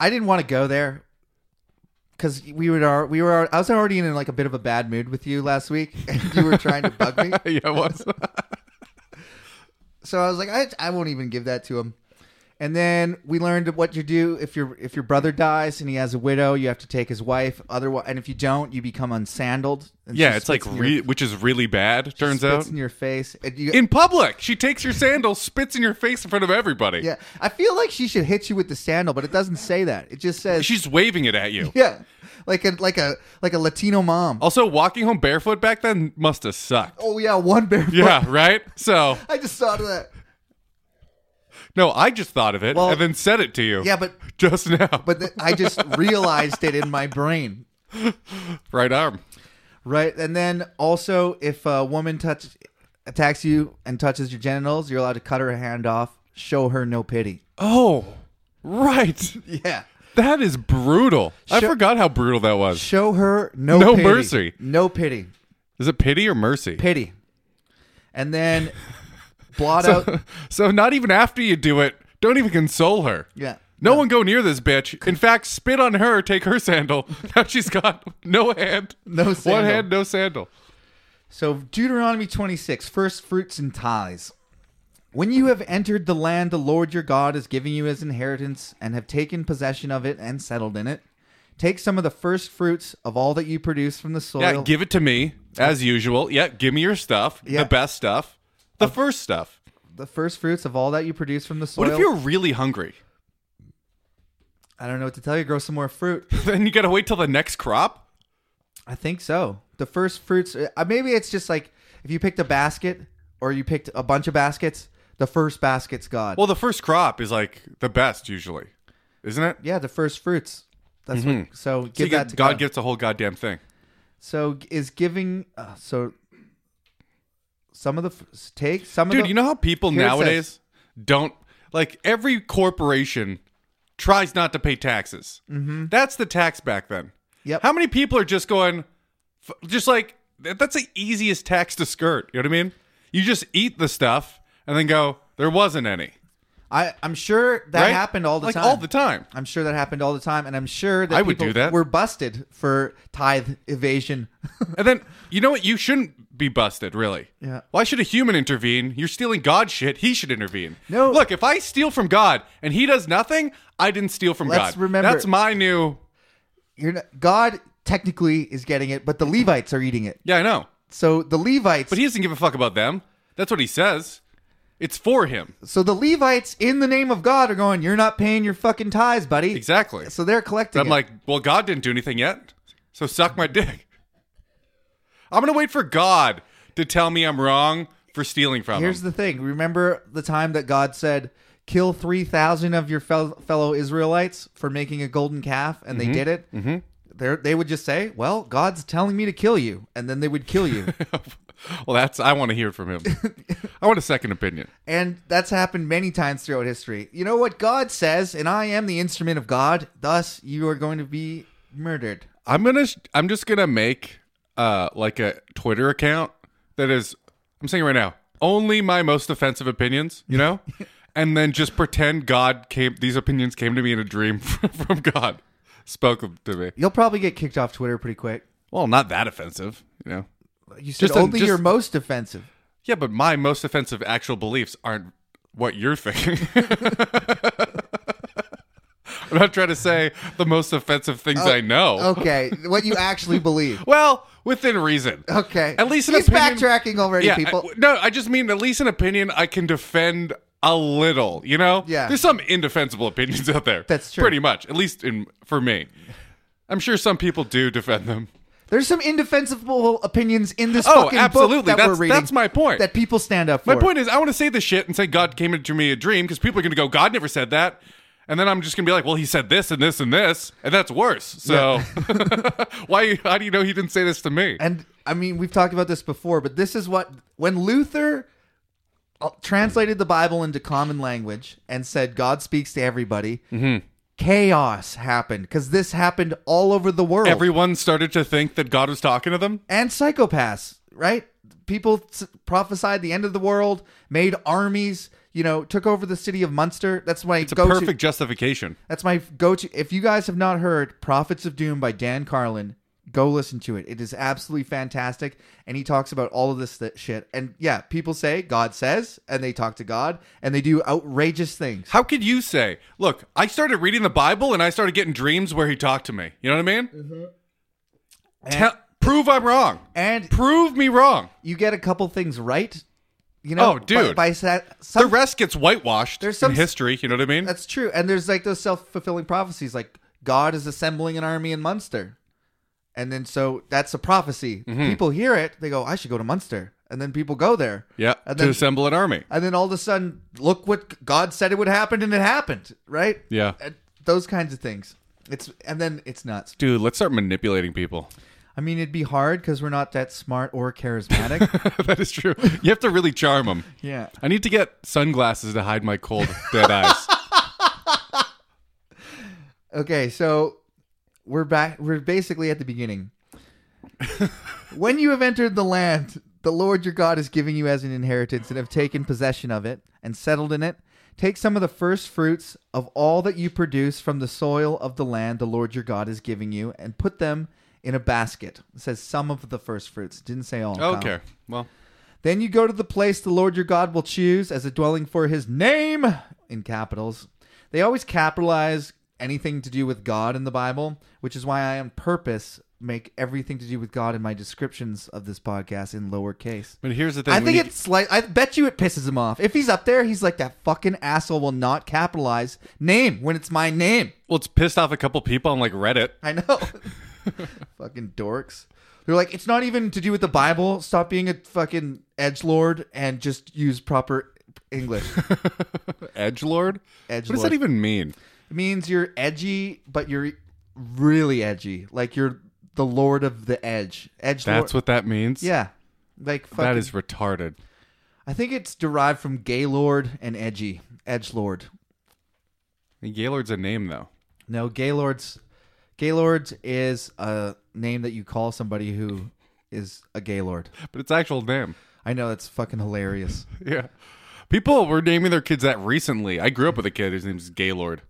B: I didn't want to go there because we would are we were I was already in like a bit of a bad mood with you last week, and you were trying to bug me.
C: yeah, it was.
B: So I was like, I, I won't even give that to him. And then we learned what you do if your if your brother dies and he has a widow, you have to take his wife. Otherwise, and if you don't, you become unsandaled. And
C: yeah,
B: she
C: it's like
B: spits in
C: re-
B: your,
C: which is really bad. Turns
B: spits
C: out
B: in your face. And you,
C: in public, she takes your sandal, spits in your face in front of everybody.
B: yeah, I feel like she should hit you with the sandal, but it doesn't say that. It just says
C: she's waving it at you.
B: yeah, like a like a like a Latino mom.
C: Also, walking home barefoot back then must have sucked.
B: Oh yeah, one barefoot.
C: Yeah, right. So
B: I just thought of that.
C: no, I just thought of it
B: Well-
C: and then said it to you.
B: Yeah, but
C: just now.
B: but th- I just realized it in my brain,
C: right arm.
B: right? And then also, if a woman touch attacks you and touches your genitals, you're allowed to cut her hand off. Show her no pity.
C: Oh, right.
B: Yeah.
C: That is brutal. I
B: Sho-
C: forgot how brutal that was.
B: Show her no
C: No
B: pity.
C: mercy.
B: No pity.
C: Is it pity or mercy?
B: Pity. And then blot out.
C: So not even after you do it, don't even console her.
B: Yeah.
C: No one go near this bitch. In fact, spit on her, take her sandal. Now she's got no hand.
B: No
C: One
B: sandal.
C: hand, no sandal.
B: So Deuteronomy 26, first fruits and tithes. When you have entered the land the Lord your God is giving you as inheritance and have taken possession of it and settled in it, take some of the first fruits of all that you produce from the soil.
C: Yeah, give it to me, as usual. Yeah, give me your stuff.
B: uh, Yeah. Uh,
C: The best stuff. The first stuff.
B: the first fruits of all that you produce from the soil.
C: What if you're really hungry?
B: I don't know what to tell you, grow some more fruit.
C: then you gotta wait till the next crop?
B: I think so. The first fruits uh, maybe it's just like if you picked a basket or you picked a bunch of baskets, the first basket's God.
C: Well, the first crop is like the best usually. Isn't it?
B: yeah, the first fruits. That's what so
C: Mm-hmm. So
B: give
C: you
B: that
C: get-
B: to
C: God gives a whole goddamn thing.
B: So is giving uh, so Some of the f- takes. Some of
C: Dude,
B: the,
C: you know how people
B: Here it says-
C: nowadays don't like every corporation tries not to pay taxes. Mm-hmm. That's the tax back then.
B: Yep.
C: How many people are just going, f- just like that- that's the easiest tax to skirt. You know what I mean? You just eat the stuff and then go, there wasn't any.
B: I I'm sure that
C: right?
B: happened all the
C: Like,
B: time.
C: All the time.
B: I'm sure that happened all the time, and I'm sure that
C: I would
B: people
C: do that.
B: We're busted for tithe evasion.
C: And then you know what? You shouldn't be busted, really.
B: Yeah.
C: Why should a human intervene? You're stealing God's shit. He should intervene.
B: No.
C: Look, if I steal from God and He does nothing, I didn't steal from
B: Let's
C: God.
B: remember-
C: That's my new.
B: You're not, God technically is getting it, but the Levites are eating it.
C: Yeah, I know.
B: So the Levites.
C: But he doesn't give a fuck about them. That's what he says. It's for him.
B: so the Levites, in the name of God, are going. You're not paying your fucking tithes, buddy.
C: Exactly.
B: So they're collecting.
C: I'm
B: it.
C: like, well, God didn't do anything yet. So suck my dick. I'm going to wait for God to tell me I'm wrong for stealing from
B: Here's
C: him.
B: the thing. Remember the time that God said, "Kill three thousand of your fel- fellow Israelites for making a golden calf," and they did it. Mm-hmm. They're, they would just say, "Well, God's telling me to kill you," and then they would kill you.
C: well, that's, I want to hear from him. I want a second opinion.
B: and that's happened many times throughout history. You know what God says, and I am the instrument of God. Thus, you are going to be murdered.
C: I'm gonna. sh- I'm just gonna make uh like a Twitter account that is. I'm saying right now, only my most offensive opinions. You know, and then just pretend God came. These opinions came to me in a dream from God, spoke them to me.
B: You'll probably get kicked off Twitter pretty quick.
C: Well, not that offensive. You know.
B: You said
C: Just a-
B: only
C: just-
B: your most offensive.
C: Yeah, but my most offensive actual beliefs aren't what you're thinking. I'm not trying to say the most offensive things I know.
B: Okay, what you actually believe.
C: Well, within reason.
B: Okay,
C: At least an
B: he's
C: opinion-
B: backtracking already,
C: yeah,
B: people.
C: I- no, I just mean at least an opinion I can defend a little. You know,
B: Yeah.
C: There's some indefensible opinions out there.
B: That's true.
C: Pretty much, at least in for me. I'm sure some people do defend them.
B: There's some indefensible opinions in this
C: Oh,
B: fucking
C: absolutely.
B: book that
C: That's-
B: we're reading.
C: that's my point.
B: That people stand up for.
C: My point is, I want to say this shit and say God came into me a dream because people are going to go, God never said that. And then I'm just going to be like, well, he said this and this and this, and that's worse. So why? How do you know he didn't say this to me?
B: And I mean, we've talked about this before, but this is what when Luther uh, translated the Bible into common language and said God speaks to everybody.
C: Mm-hmm.
B: Chaos happened because this happened all over the world.
C: Everyone started to think that God was talking to them.
B: and psychopaths, right? People s- prophesied the end of the world, made armies. You know, took over the city of Munster. That's my
C: It's a
B: go-to.
C: perfect justification.
B: That's my go to. If you guys have not heard Prophets of Doom by Dan Carlin, go listen to it. It is absolutely fantastic. And he talks about all of this th- shit. And yeah, people say God says, and they talk to God, and they do outrageous things.
C: How could you say, look, I started reading the Bible and I started getting dreams where he talked to me? You know what I mean?
B: Mm-hmm.
C: Tell- prove I'm wrong.
B: And
C: prove me wrong.
B: you get a couple things right. You know,
C: Oh, dude.
B: By, by sa- some,
C: The rest gets whitewashed
B: There's some-
C: in history. You know what I mean?
B: that's true. And there's like those self fulfilling prophecies, like God is assembling an army in Munster. And then so that's a prophecy.
C: Mm-hmm.
B: People hear it, they go, I should go to Munster. And then people go there.
C: Yeah.
B: And
C: to
B: then
C: assemble an army.
B: and then all of a sudden, look what God said it would happen, and it happened, right?
C: Yeah.
B: And those kinds of things. It's and then it's nuts.
C: Dude, let's start manipulating people.
B: I mean, it'd be hard because we're not that smart or charismatic.
C: that is true. You have to really charm them.
B: yeah,
C: I need to get sunglasses to hide my cold, dead eyes.
B: Okay, so we're back. We're basically at the beginning. when you have entered the land the Lord your God is giving you as an inheritance and have taken possession of it and settled in it, take some of the first fruits of all that you produce from the soil of the land the Lord your God is giving you and put them in a basket. It says some of the first fruits. It didn't say all. Kyle.
C: Okay. Well,
B: Then you go to the place the Lord your God will choose as a dwelling for his name in capitals. They always capitalize anything to do with God in the Bible, which is why I on purpose make everything to do with God in my descriptions of this podcast in lowercase.
C: but here's the thing.
B: I
C: when
B: think
C: you-
B: it's like I bet you it pisses him off. If he's up there, he's like that fucking asshole will not capitalize name when it's my name.
C: well, it's pissed off a couple people on like Reddit.
B: I know. fucking dorks. They're like, it's not even to do with the Bible. Stop being a fucking edge lord and just use proper English.
C: Edge Lord. What does
B: Edgelord.
C: that even mean?
B: it means you're edgy, but you're really edgy. Like you're the lord of the edge. Edge. lord.
C: That's what that means.
B: Yeah. Like fucking,
C: That is retarded.
B: I think it's derived from Gaylord and Edgy, Edgelord.
C: Gaylord's a name though.
B: No, Gaylord's Gaylord is a name that you call somebody who is a Gaylord.
C: But it's actual name.
B: I know that's fucking hilarious.
C: Yeah. People were naming their kids that recently. I grew up with a kid whose name's Gaylord.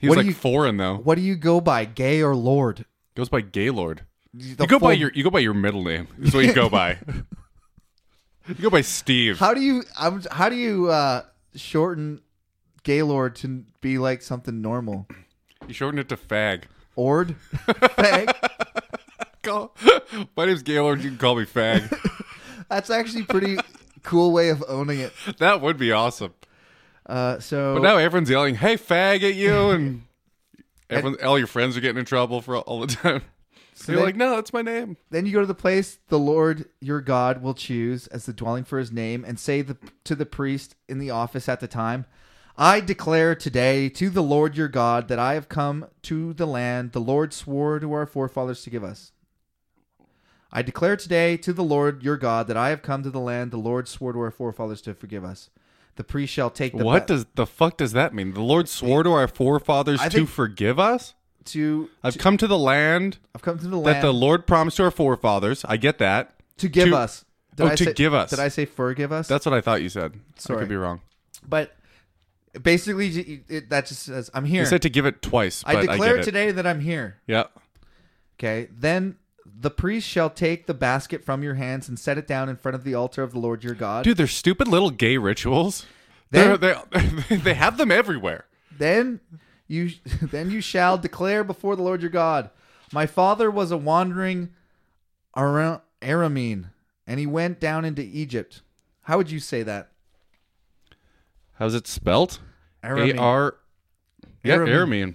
C: He
B: What
C: was
B: do
C: like
B: you-
C: foreign though.
B: What do you go by, gay or lord?
C: Goes by Gaylord.
B: The
C: you go
B: full-
C: by your you go by your middle name. Is what you go by. you go by Steve.
B: How do you I'm, how do you uh shorten Gaylord to be like something normal?
C: you shorten it to Fag.
B: Ord? Fag?
C: Call, my name's Gaylord. You can call me Fag.
B: That's actually pretty cool way of owning it.
C: that would be awesome.
B: Uh so
C: But now everyone's yelling, "Hey, fag!" at you, and everyone, all your friends are getting in trouble for all the time. So you're
B: they-
C: like, "No, that's my name."
B: Then you go to the place the Lord your God will choose as the dwelling for his name, and say the, to the priest in the office at the time, I declare today to the Lord your God that I have come to the land the Lord swore to our forefathers to give us. I declare today to the Lord your God that I have come to the land the Lord swore to our forefathers to forgive us. The priest shall take the
C: what
B: ba-
C: does the fuck does that mean? The Lord swore to our forefathers
B: I
C: to
B: think-
C: forgive us.
B: to
C: I've come to the land
B: I've come to the
C: that
B: land
C: the Lord promised to our forefathers. I get that.
B: to give
C: to-
B: us.
C: Oh, to
B: say-
C: give us.
B: Did I say forgive us?
C: That's what I thought you said. I
B: Sorry.
C: could be wrong.
B: but basically j- it, that just says i'm here
C: You said to give it twice. But
B: i
C: I
B: declare
C: get it.
B: today that i'm here
C: Yeah.
B: okay then the priest shall take the basket from your hands and set it down in front of the altar of the lord your god
C: Dude, they're stupid little gay rituals.
B: They-
C: They they they have them everywhere.
B: then you then you shall declare before the lord your god my father was a wandering Ara- aramean and he went down into egypt how would you say that
C: How's it spelt? A
B: Aramean.
C: R. Yeah,
B: Aramean.
C: Aramean.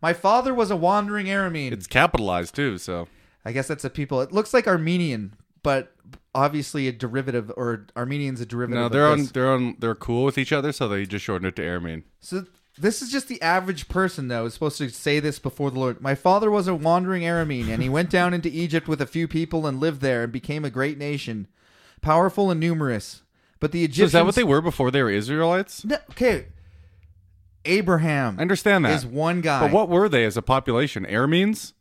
B: my father was a wandering aramean
C: It's capitalized too, so
B: I guess that's a people. It looks like Armenian, but obviously a derivative, or Armenian's a derivative.
C: no,
B: of
C: they're on
B: this.
C: they're on they're cool with each other, so they just shortened it to Aramean.
B: So this is just the average person, though, is supposed to say this before the Lord. My father was a wandering Aramean, and he went down into Egypt with a few people and lived there and became a great nation, powerful and numerous. But the
C: So
B: Egyptians.
C: is that what they were before they were Israelites?
B: No, okay. Abraham
C: I understand that.
B: is one guy.
C: But what were they as a population? Arameans?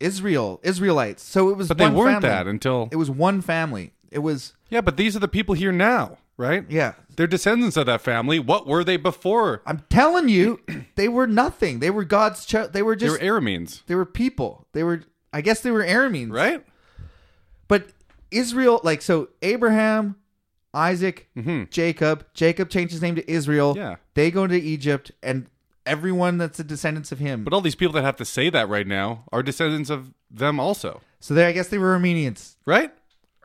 B: Israel, Israelites. So it was.
C: But they
B: one
C: weren't
B: family.
C: that until
B: It was one family. It was
C: Yeah, but these are the people here now, right?
B: yeah.
C: They're descendants of that family. What were they before?
B: I'm telling you, they were nothing. They were God's. Cho- they were
C: They
B: just.
C: were
B: They were,
C: Arameans,
B: people. They were. I guess they were Arameans,
C: right?
B: But Israel, like so, Abraham, Isaac, Jacob. Jacob changed his name to Israel.
C: Mm-hmm. Yeah.
B: They go to Egypt, and everyone that's the descendants of him.
C: But all these people that have to say that right now are descendants of them also,
B: so there, I guess they were Armenians.
C: right?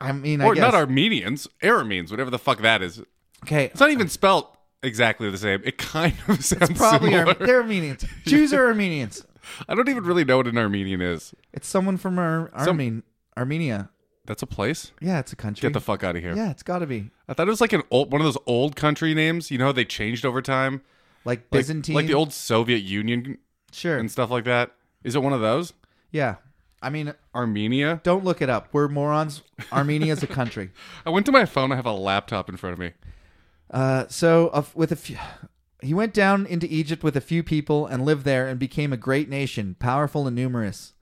B: I mean, I
C: Or
B: guess
C: not Armenians, Arameans, whatever the fuck that is.
B: okay.
C: It's not even spelt exactly the same. It kind of sounds
B: Probably
C: similar.
B: Arme- they're Armenians. Jews are Armenians.
C: I don't even really know what an Armenian is.
B: It's someone from Ar-
C: Some-
B: Armen- Armenia.
C: That's a place.
B: Yeah, it's a country.
C: Get the fuck out of here.
B: yeah, it's got to be
C: I thought it was like an old one of those old country names. You know how they changed over time,
B: like
C: Like-
B: Byzantine,
C: like the old Soviet Union
B: sure.
C: and stuff like that. Is it one of those?
B: Yeah. I mean,
C: Armenia.
B: don't look it up. We're morons. Armenia's a country.
C: I went to my phone. I have a laptop in front of me.
B: Uh, so, of with a few, he went down into Egypt with a few people and lived there and became a great nation, powerful and numerous.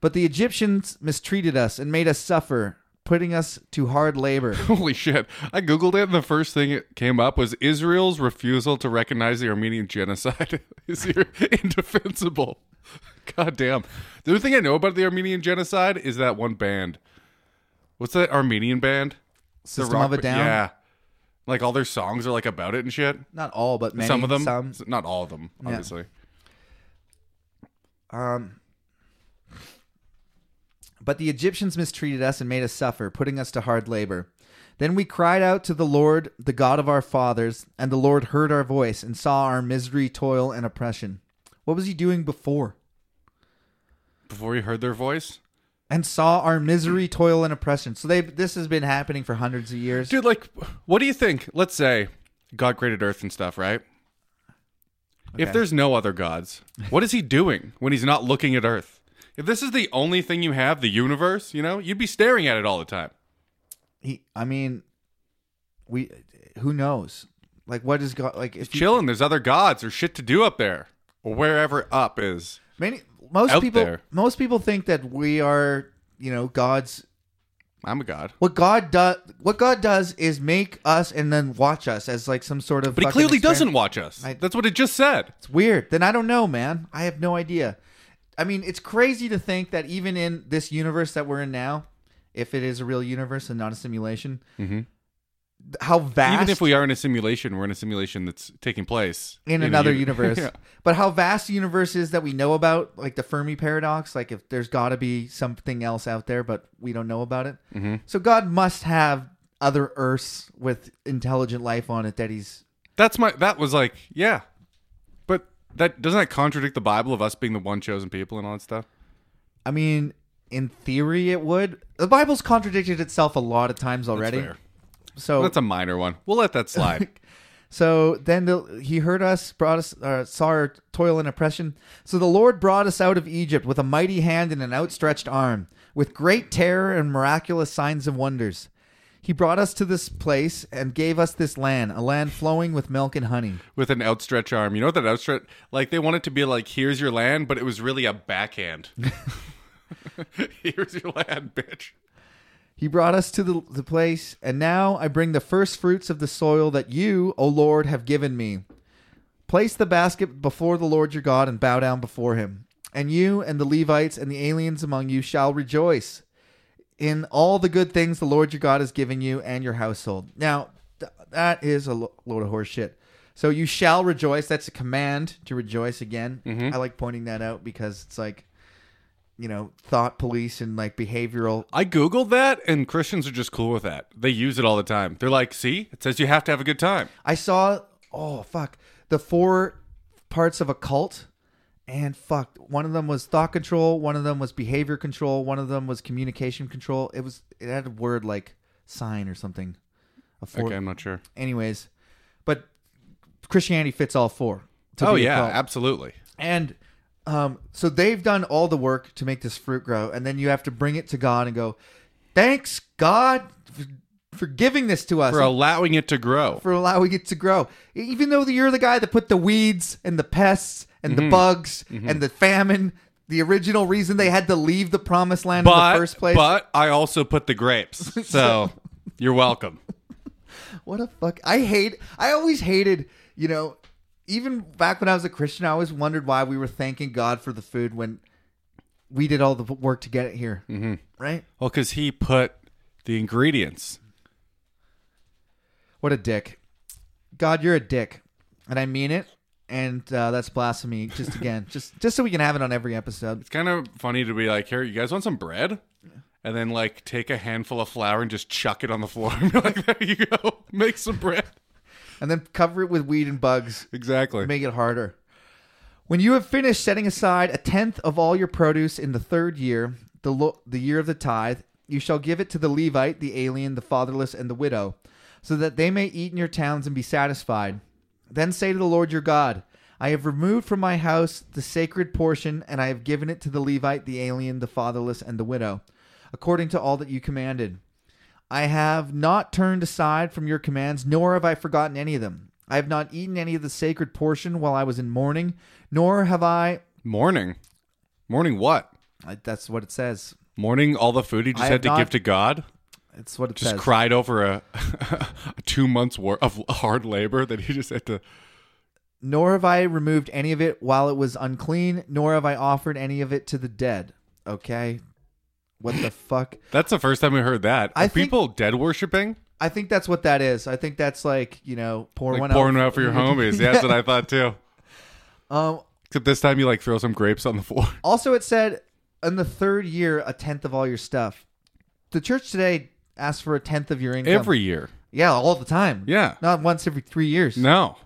B: But the Egyptians mistreated us and made us suffer, putting us to hard labor.
C: Holy shit! I googled it, and the first thing it came up was Israel's refusal to recognize the Armenian genocide is ir- indefensible. God damn. The only thing I know about the Armenian genocide is that one band. What's that Armenian band? The
B: System of a
C: ba-
B: Down.
C: Yeah. Like all their songs are like about it and shit.
B: Not all, but many.
C: some of them,
B: Some.
C: S- not all of them, obviously.
B: Um, but the Egyptians mistreated us and made us suffer, putting us to hard labor. Then we cried out to the Lord, the God of our fathers, and the Lord heard our voice and saw our misery, toil, and oppression. What was he doing before?
C: Before you heard their voice,
B: And saw our misery, toil, and oppression. So they this has been happening for hundreds of years.
C: dude. Like, what do you think? Let's say God created Earth and stuff, right? If
B: Okay.
C: there's no other gods, what is he doing when he's not looking at Earth? If this is the only thing you have, the universe, you know, you'd be staring at it all the time.
B: he i mean we who knows like what is god like if you,
C: Chilling. There's other gods or shit to do up there or wherever up is.
B: many most
C: out
B: people
C: there.
B: most people think that we are you know god's
C: I'm a god.
B: what god does what god does is make us and then watch us as like some sort of
C: But he
B: fucking
C: clearly
B: experiment.
C: doesn't watch us.
B: I-
C: That's what it just said.
B: It's weird. Then I don't know, man. I have no idea. I mean, it's crazy to think that even in this universe that we're in now, if it is a real universe and not a simulation, th- how vast
C: Mm-hmm. Even if we are in a simulation, we're in a simulation that's taking place
B: in
C: a
B: another
C: uni-
B: universe,
C: Yeah.
B: but how vast the universe is that we know about, like the Fermi paradox. Like if there's got to be something else out there, but we don't know about it.
C: Mm-hmm.
B: So God must have other Earths with intelligent life on it that He's
C: That's my. That was like, yeah, but that doesn't that contradict the Bible of us being the one chosen people and all that stuff.
B: I mean, in theory, it would. The Bible's contradicted itself a lot of times already.
C: fair.
B: So,
C: That's a minor one. We'll let that slide.
B: so then the, he heard us, brought us, uh, saw our toil and oppression. So the Lord brought us out of Egypt with a mighty hand and an outstretched arm, with great terror and miraculous signs and wonders. He brought us to this place and gave us this land, a land flowing with milk and honey.
C: With an outstretched arm, you know what that outstretched like they wanted to be like, "Here's your land," but it was really a backhand. Here's your land, bitch.
B: He brought us to the, the place, and now I bring the first fruits of the soil that you, O Lord, have given me. Place the basket before the Lord your God and bow down before him. And you and the Levites and the aliens among you shall rejoice in all the good things the Lord your God has given you and your household. Now, th- that is a lo- load of horse shit. So you shall rejoice. That's a command to rejoice again. I like pointing that out because it's like, you know, thought police and like behavioral
C: I googled that, and Christians are just cool with that. They use it all the time. They're like, "See, it says you have to have a good time."
B: I saw oh fuck the four parts of a cult, and fuck one of them was thought control, one of them was behavior control, one of them was communication control. It was it had a word like sign or something. A four.
C: Okay, I'm not sure.
B: Anyways, but Christianity fits all four. to
C: Oh
B: be a
C: yeah,
B: cult.
C: absolutely.
B: And um, so they've done all the work to make this fruit grow, and then you have to bring it to God and go, "Thanks God for, for giving this to us
C: For allowing it to grow.
B: for allowing it to grow. E, Even though you're the guy that put the weeds and the pests and
C: Mm-hmm.
B: the bugs and the famine, the original reason they had to leave the promised land in
C: but,
B: the first place.
C: But I also put the grapes. So you're welcome.
B: What a fuck! I hate. I always hated. You know, even back when I was a Christian, I always wondered why we were thanking God for the food when we did all the work to get it here. Mm-hmm. Right?
C: Well, because he put the ingredients.
B: What a dick. God, you're a dick, and I mean it. And uh, that's blasphemy. Just again, just just so we can have it on every episode.
C: It's kind of funny to be like, here, you guys want some bread? And then like take a handful of flour and just chuck it on the floor and be like, there you go, make some bread.
B: and then cover it with weed and bugs,
C: Exactly.
B: make it harder. When you have finished setting aside a tenth of all your produce in the third year, the lo- the year of the tithe, you shall give it to the Levite, the alien, the fatherless, and the widow, so that they may eat in your towns and be satisfied. Then say to the Lord your God, I have removed from my house the sacred portion, and I have given it to the Levite, the alien, the fatherless, and the widow, according to all that you commanded. I have not turned aside from your commands, nor have I forgotten any of them. I have not eaten any of the sacred portion while I was in mourning, nor have I.
C: Morning. Morning what?
B: I- That's what it says.
C: Morning all the food he just
B: I
C: had
B: have
C: to
B: not-
C: give to God.
B: It's what it
C: Just
B: says.
C: cried over a, a two months worth of hard labor that he just had to
B: Nor have I removed any of it while it was unclean, nor have I offered any of it to the dead. Okay. What the fuck?
C: That's the first time we heard that.
B: I
C: Are
B: think-
C: people dead worshiping?
B: I think that's what that is. I think that's like, you know, pour
C: Like
B: one
C: pouring
B: out.
C: out for your homies. Yeah, that's what I thought too.
B: Um,
C: Except this time you like throw some grapes on the floor.
B: Also, it said in the third year, a tenth of all your stuff. The church today asks for a tenth of your income.
C: Every year.
B: Yeah, all the time.
C: Yeah.
B: Not once every three years.
C: No.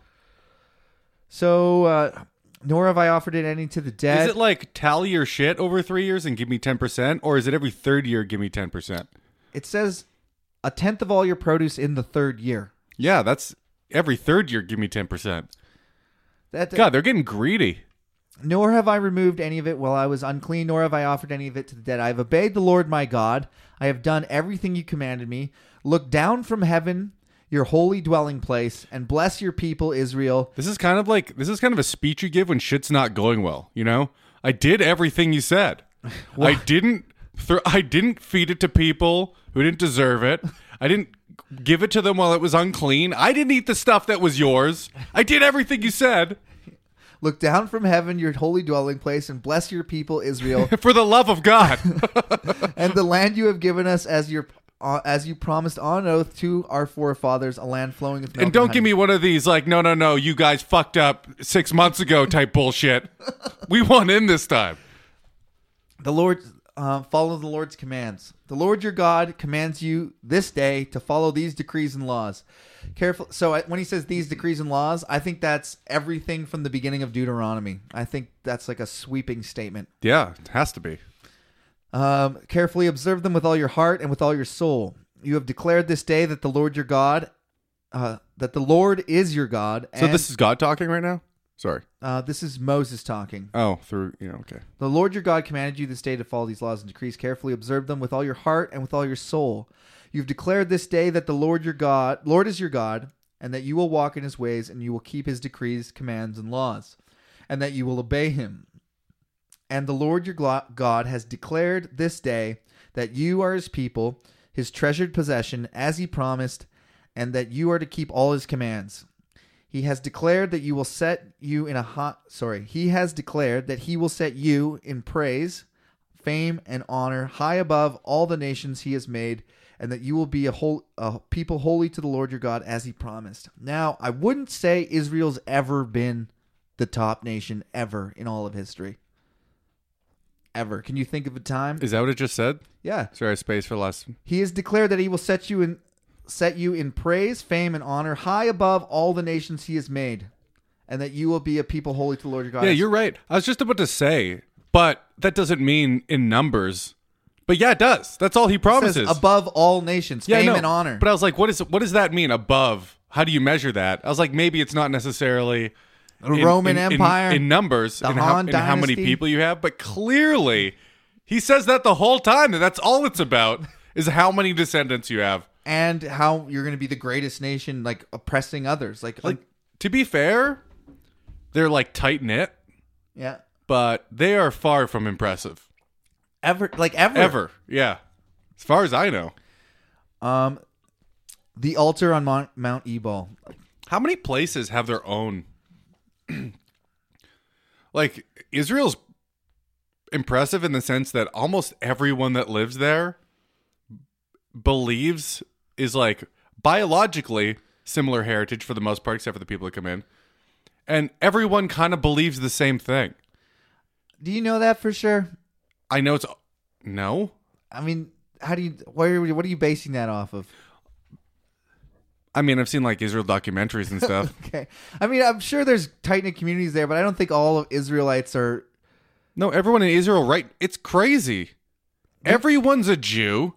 B: So, uh, nor have I offered it any to the dead.
C: Is it like tally your shit over three years and give me 10%? Or is it every third year give me 10%?
B: it says a tenth of all your produce in the third year.
C: Yeah, that's every third year give me 10%.
B: That,
C: God, they're getting greedy.
B: Nor have I removed any of it while I was unclean, nor have I offered any of it to the dead. I have obeyed the Lord my God. I have done everything you commanded me. Look down from heaven, your holy dwelling place, and bless your people, Israel.
C: This is kind of like this is kind of a speech you give when shit's not going well. You know, I did everything you said. I didn't. Th- I didn't feed it to people who didn't deserve it. I didn't give it to them while it was unclean. I didn't eat the stuff that was yours. I did everything you said.
B: Look down from heaven, your holy dwelling place, and bless your people, Israel,
C: For the love of God.
B: and the land you have given us as your. Uh, as you promised on oath to our forefathers, a land flowing with milk
C: and don't
B: honey.
C: give me one of these like no no no you guys fucked up six months ago type bullshit we won in this time
B: The Lord, uh, follow the Lord's commands. The Lord your God commands you this day to follow these decrees and laws. Careful. So I, when he says these decrees and laws, I think that's everything from the beginning of Deuteronomy. I think that's like a sweeping statement.
C: yeah it has to be
B: Um, carefully observe them with all your heart and with all your soul. You have declared this day that the Lord your God, uh, that the Lord is your God. And,
C: so this is god talking right now sorry
B: uh, this is Moses talking.
C: oh through you know okay
B: The Lord your God commanded you this day to follow these laws and decrees carefully, observe them with all your heart and with all your soul. You've declared this day that the Lord your God, Lord is your God, and that you will walk in his ways and you will keep his decrees, commands and laws, and that you will obey him. And the Lord your glo- God has declared this day that you are his people, his treasured possession, as he promised, and that you are to keep all his commands. He has declared that you will set you in a hot sorry, he has declared that he will set you in praise, fame and honor high above all the nations he has made and that you will be a whole a people holy to the Lord your God as he promised. Now, I wouldn't say Israel's ever been the top nation ever in all of history. Ever. Can you think of a time?
C: is that what it just said
B: Yeah.
C: sorry I spaced for the last
B: He has declared that he will set you in set you in praise, fame, and honor high above all the nations he has made, and that you will be a people holy to the Lord your God.
C: yeah you're right i was just about to say but that doesn't mean in numbers but yeah it does that's all he
B: It says
C: promises
B: above all nations,
C: yeah, I
B: fame
C: know.
B: and honor.
C: but i was like what is what does that mean above how do you measure that i was like maybe it's not necessarily
B: the
C: in-
B: Roman
C: in- in-
B: Empire.
C: in, numbers
B: the
C: and how,
B: Han
C: and how many
B: Dynasty.
C: people you have but clearly he says that the whole time that that's all it's about is how many descendants you have
B: and how you're going to be the greatest nation, like oppressing others, like,
C: like
B: like
C: to be fair they're like tight knit
B: yeah,
C: but they are far from impressive
B: ever, like ever,
C: ever yeah as far as i know
B: Um, the altar on Mount, Mount Ebal.
C: how many places have their own like israel's impressive in the sense that almost everyone that lives there believes is like biologically similar heritage for the most part except for the people that come in and everyone kind of believes the same thing
B: Do you know that for sure?
C: i know it's no
B: I mean, how do you? Why are, you- what are you basing that off of?
C: i mean i've seen like israel documentaries and stuff
B: Okay. I mean, I'm sure there's tight knit communities there, but I don't think all of Israelites are.
C: no everyone in israel right it's crazy everyone's a jew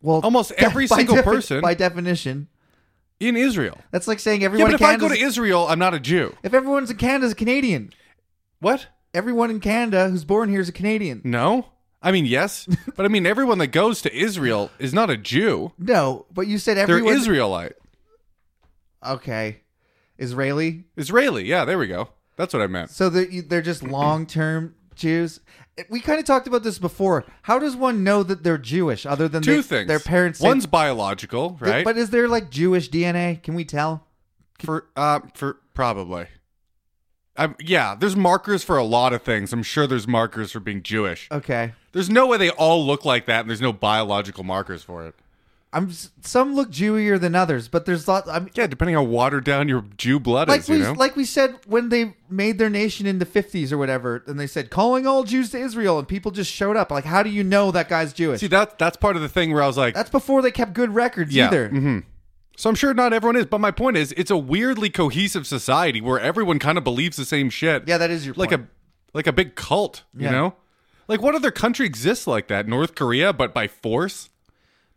B: Well,
C: Almost every
B: by
C: single person.
B: by definition,
C: in israel
B: that's like saying
C: Yeah,
B: everyone.
C: but
B: in
C: if I go
B: Canada,
C: to Israel, I'm not a Jew.
B: if everyone's in Canada's Canadian,
C: What?
B: everyone in Canada who's born here is a Canadian.
C: No. I mean, yes, but I mean, everyone that goes to Israel is not a Jew.
B: No, but you said
C: They're
B: everyone.
C: Israelite,
B: Okay, Israeli.
C: Israeli. Yeah, there we go. That's what I meant.
B: So they're, you- they're just long term Jews. We kind of talked about this before. How does one know that they're Jewish other than
C: Two
B: they-
C: things.
B: Their parents. say-
C: One's biological, right?
B: But is there like Jewish DNA? Can we tell?
C: for uh, for probably. i yeah, there's markers for a lot of things. I'm sure there's markers for being Jewish.
B: Okay.
C: There's no way they all look like that, and there's no biological markers for it.
B: I'm s- some look Jewier than others, but there's lots. I'm
C: Yeah, depending on how watered down your Jew blood
B: like
C: is,
B: we
C: you know.
B: like we said when they made their nation in the 50s or whatever, and they said calling all Jews to Israel, and people just showed up. Like, how do you know that guy's Jewish?
C: See, that that's part of the thing where I was like,
B: That's before they kept good records
C: Yeah, mm-hmm.
B: either.
C: So I'm sure not everyone is, but my point is, it's a weirdly cohesive society where everyone kind of believes the same shit.
B: Yeah, that is your
C: like
B: point.
C: a like a big cult, you
B: Yeah.
C: know? Like what other country exists like that? North Korea, but by force.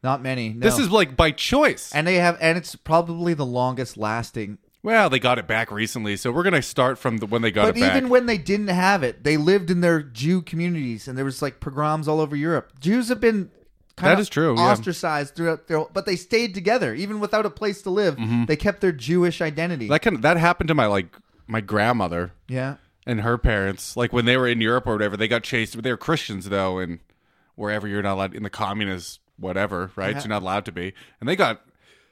B: Not many. No.
C: This is like by choice.
B: and they have, and it's probably the longest lasting.
C: well, they got it back recently, so we're gonna start from the, when they got
B: But
C: it back.
B: even when they didn't have it, they lived in their Jew communities, and there was like pogroms all over Europe. Jews have been kind
C: That
B: of
C: is true, yeah.
B: ostracized throughout their but they stayed together even without a place to live
C: Mm-hmm.
B: they kept their jewish identity
C: That kind of, that happened to my like my grandmother
B: yeah
C: and her parents. Like when they were in Europe or whatever, they got chased. But they were Christians though, and wherever you're not allowed in the communist whatever, right? So you're not allowed to be. And they got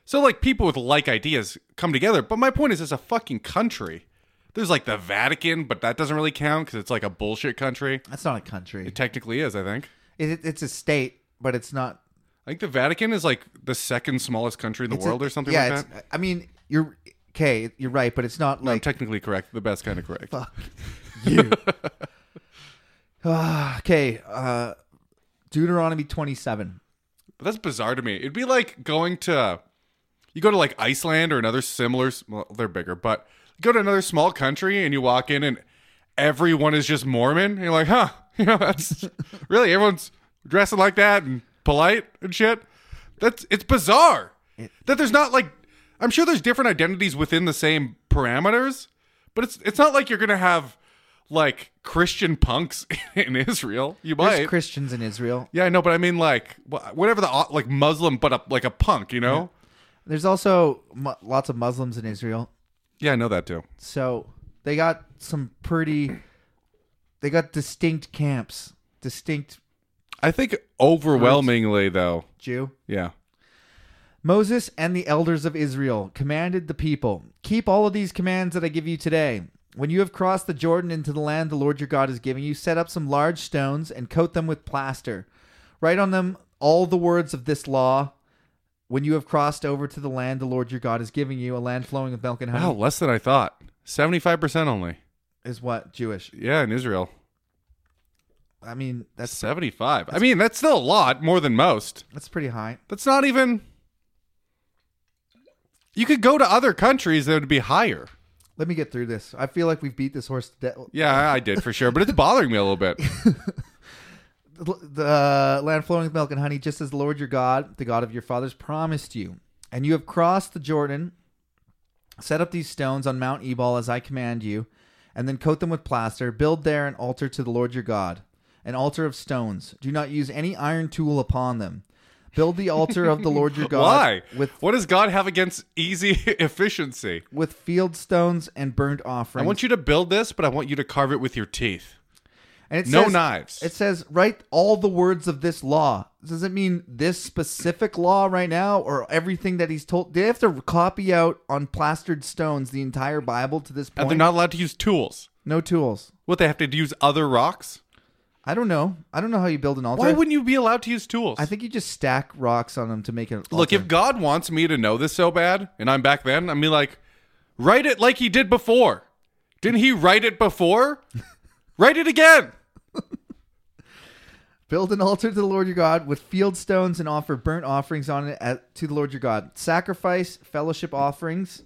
C: so like people with like ideas come together. But my point is, it's a fucking country. There's like the Vatican, but that doesn't really count because it's like a bullshit country.
B: that's not a country
C: It technically is, I think.
B: it, it- it's a state but it's not
C: I think the Vatican is like the second smallest country in the
B: it's a-
C: world or something
B: yeah
C: like that.
B: it's, i mean you're okay you're right but it's not
C: No, I'm
B: like
C: technically correct. The best kind of correct.
B: fuck you Ah, okay uh deuteronomy 27
C: But that's bizarre to me. It'd be like going to you go to like Iceland or another similar well, they're bigger, but you go to another small country and you walk in and everyone is just Mormon. And you're like, huh, you know, that's really everyone's dressing like that and polite and shit. That's it's bizarre. that there's not like I'm sure there's different identities within the same parameters, but it's it's not like you're gonna have like Christian punks in Israel. You might
B: there's christians in israel
C: yeah, I know, but I mean like wh- whatever the au- like Muslim, but a, like a punk, you know?
B: there's also mu- lots of muslims in israel
C: Yeah, I know that too.
B: So they got some pretty. They got distinct camps, distinct
C: I think overwhelmingly though,
B: Jew.
C: yeah.
B: Moses and the elders of Israel commanded the people Keep all of these commands that I give you today. When you have crossed the Jordan into the land the Lord your God has given you, set up some large stones and coat them with plaster. Write on them all the words of this law. When you have crossed over to the land the Lord your God is giving you, a land flowing with milk and honey,
C: Wow, less than I thought. Seventy five percent only.
B: is what Jewish.
C: Yeah, in Israel,
B: I mean, that's
C: seventy five. I mean, that's still a lot more than most.
B: that's pretty high.
C: That's not even. You could go to other countries that would be higher.
B: Let me get through this. I feel like we've beat this horse to death.
C: Yeah, I- I did for sure, but it's bothering me a little bit.
B: The uh, land flowing with milk and honey, just as the Lord your God, the God of your fathers, promised you. And you have crossed the Jordan, set up these stones on Mount Ebal as I command you, and then coat them with plaster. Build there an altar to the Lord your God, an altar of stones. Do not use any iron tool upon them. Build the altar of the Lord your God
C: Why?
B: with
C: what does God have against easy efficiency?
B: with field stones and burnt offerings.
C: I want you to build this, but I want you to carve it with your teeth.
B: And it
C: No
B: says-
C: knives.
B: It says write all the words of this law. Does it mean this specific law right now, or everything that he's told? They have to copy out on plastered stones the entire Bible to this
C: And
B: point.
C: they're not allowed to use tools.
B: no tools.
C: What they have to use other rocks?
B: I don't know. I don't know how you build an altar.
C: Why wouldn't you be allowed to use tools?
B: I think you just stack rocks on them to make an
C: Look,
B: altar.
C: if God wants me to know this so bad, and I'm back then, I'm be like, write it like he did before. Didn't he write it before? write it again.
B: Build an altar to the Lord your God with field stones and offer burnt offerings on it at, to the Lord your God. Sacrifice fellowship offerings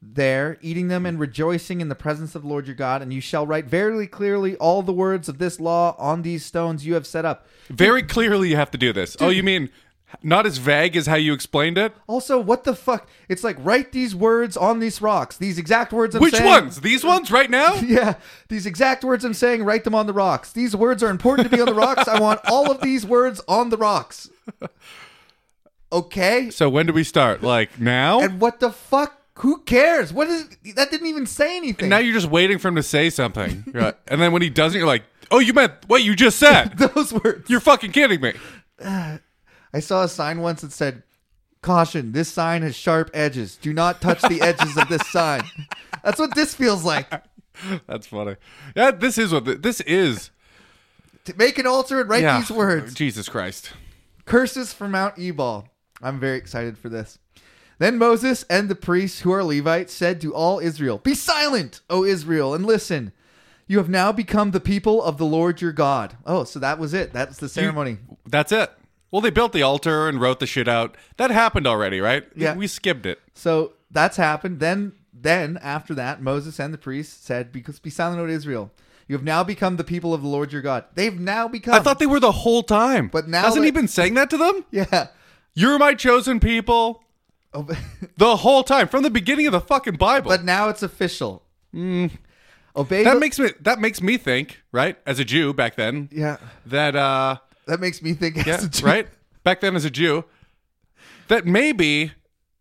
B: there, eating them and rejoicing in the presence of the Lord your God. And you shall write very clearly all the words of this law on these stones you have set up.
C: Very clearly, you have to do this. Oh, you mean not as vague as how you explained it?
B: Also, what the fuck? It's like write these words on these rocks. These exact words I'm
C: Which
B: saying.
C: ones? These ones right now?
B: Yeah, these exact words I'm saying, write them on the rocks. These words are important to be on the rocks. I want all of these words on the rocks. Okay?
C: So when do we start? Like now?
B: And what the fuck? Who cares? What is that? Didn't even say anything.
C: now you're just waiting for him to say something. You're like- and then when he doesn't, you're like, oh, you meant what you just said.
B: Those words.
C: You're fucking kidding me.
B: I saw a sign once that said, "Caution: This sign has sharp edges. Do not touch the edges of this sign." That's what this feels like.
C: That's funny. Yeah, this is what the, this is.
B: To make an altar and write
C: yeah.
B: these words.
C: Jesus Christ.
B: Curses from Mount Ebal. I'm very excited for this. Then Moses and the priests who are Levites said to all Israel, Be silent, O Israel, and listen. You have now become the people of the Lord your God. Oh, so that was it. That's the ceremony.
C: That's it. Well, they built the altar and wrote the shit out. That happened already, right?
B: Yeah.
C: We skipped it.
B: So that's happened. Then, then after that, Moses and the priests said, "Because be silent, O Israel. You have now become the people of the Lord your God. They've now become.
C: I thought they were the whole time.
B: But now
C: hasn't he
B: they-
C: been saying that to them?
B: yeah.
C: You're my chosen people
B: Oh, but-
C: the whole time from the beginning of the fucking Bible.
B: but now it's official. Obey.
C: Mm. that
B: the-
C: makes me that makes me think, right? As a Jew back then,
B: yeah.
C: that uh
B: That makes me think.
C: yeah,
B: as a Jew-
C: right? back then as a Jew that maybe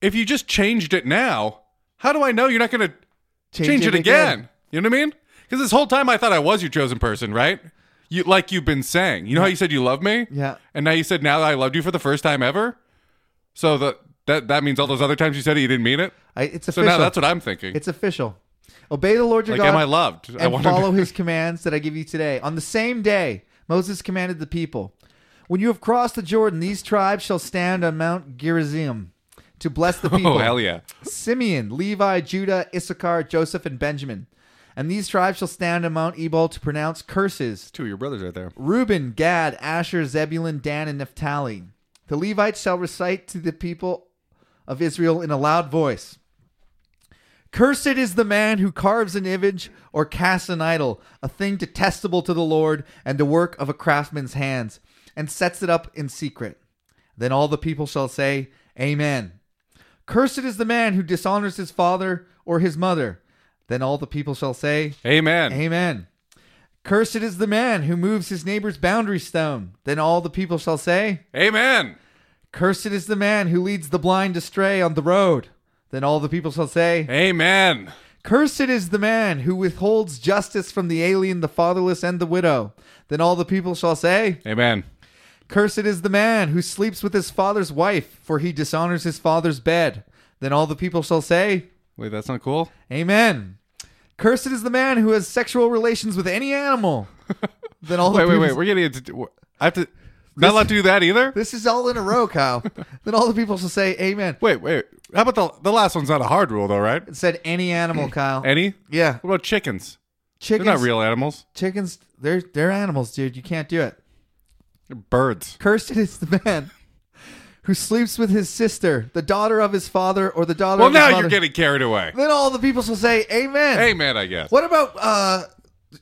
C: if you just changed it now, how do I know you're not going to change, it, again. You know what I mean? Because this whole time I thought I was your chosen person, right? You like you've been saying. You know how you said you love me?
B: Yeah.
C: And now you said now that I loved you for the first time ever. So the, that that means all those other times you said it, you didn't mean it.
B: I, it's
C: So
B: official.
C: now that's what I'm thinking.
B: it's official. Obey the Lord your
C: like,
B: God
C: am I loved? I Oh,
B: and
C: wanna-
B: follow his commands that I give you today. On the same day, Moses commanded the people, "When you have crossed the Jordan, these tribes shall stand on Mount Gerizim to bless the people."
C: Oh hell yeah!
B: Simeon, Levi, Judah, Issachar, Joseph, and Benjamin. And these tribes shall stand on Mount Ebal to pronounce curses.
C: Two of your brothers right there.
B: Reuben, Gad, Asher, Zebulun, Dan, and Naphtali. The Levites shall recite to the people of Israel in a loud voice. Cursed is the man who carves an image or casts an idol, a thing detestable to the Lord and the work of a craftsman's hands, and sets it up in secret. Then all the people shall say, Amen. Cursed is the man who dishonors his father or his mother. Then all the people shall say,
C: Amen.
B: Amen. Cursed is the man who moves his neighbor's boundary stone. Then all the people shall say,
C: Amen.
B: Cursed is the man who leads the blind astray on the road. Then all the people shall say,
C: Amen.
B: Cursed is the man who withholds justice from the alien, the fatherless, and the widow. Then all the people shall say,
C: Amen.
B: Cursed is the man who sleeps with his father's wife, for he dishonors his father's bed. Then all the people shall say,
C: Wait, that's not cool.
B: Amen. Cursed is the man who has sexual relations with any animal. Then all the
C: Wait, wait,
B: people
C: wait. We're getting into. I have to. Not allowed to do that either.
B: This is all in a row, Kyle. then all the people shall say amen.
C: Wait, wait. How about the the last one's not a hard rule though, right?
B: It said any animal, Kyle.
C: Any?
B: yeah.
C: What about chickens? They're
B: Chickens
C: not real animals.
B: chickens they're they're animals, dude. You can't do it.
C: They're birds.
B: Cursed is the man who sleeps with his sister, the daughter of his father, or the daughter
C: Well,
B: of his
C: now
B: mother.
C: you're getting carried away.
B: then all the people shall say amen.
C: Amen, I guess.
B: What about uh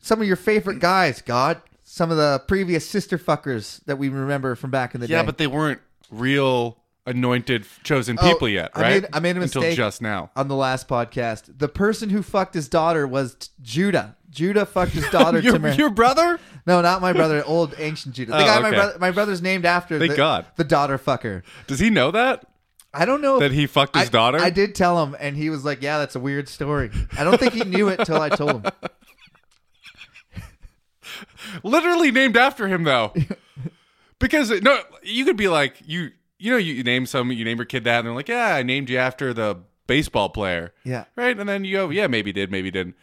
B: some of your favorite guys, God? Some of the previous sister fuckers that we remember from back in the
C: Yeah,
B: day.
C: but they weren't real anointed, chosen
B: Oh,
C: people yet,
B: I
C: right?
B: made- I made a
C: Until
B: mistake.
C: just now.
B: on the last podcast, the person who fucked his daughter was t- Judah. Judah fucked his daughter to
C: Your,
B: Mary.
C: your brother?
B: No, not my brother. Old ancient Judah. The
C: Oh,
B: guy my
C: okay.
B: brother, my brother's named after.
C: Thank
B: the,
C: God.
B: The daughter fucker.
C: Does he know that?
B: I don't know if-
C: That he fucked his
B: I-
C: daughter?
B: I did tell him, and he was like, "Yeah, that's a weird story." I don't think he knew it till I told him.
C: Literally named after him, though. because, no, you could be like, you you know, you name some, you name your kid that, and they're like, yeah, I named you after the baseball player.
B: Yeah.
C: Right? And then you go, yeah, maybe did, maybe didn't.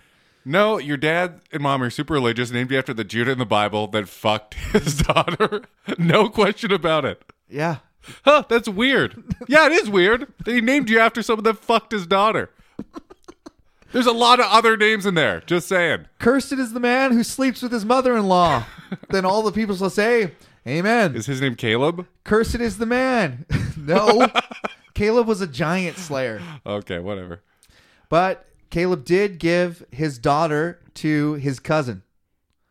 C: No, your dad and mom are super religious, named you after the Judah in the Bible that fucked his daughter. no question about it.
B: Yeah,
C: Huh, that's weird. Yeah, it is weird. They named you after someone that fucked his daughter. There's a lot of other names in there. Just saying.
B: cursed is the man who sleeps with his mother-in-law. then all the people shall say, "Amen."
C: Is his name Caleb?
B: cursed is the man. no, Caleb was a giant slayer.
C: Okay, whatever.
B: But Caleb did give his daughter to his cousin.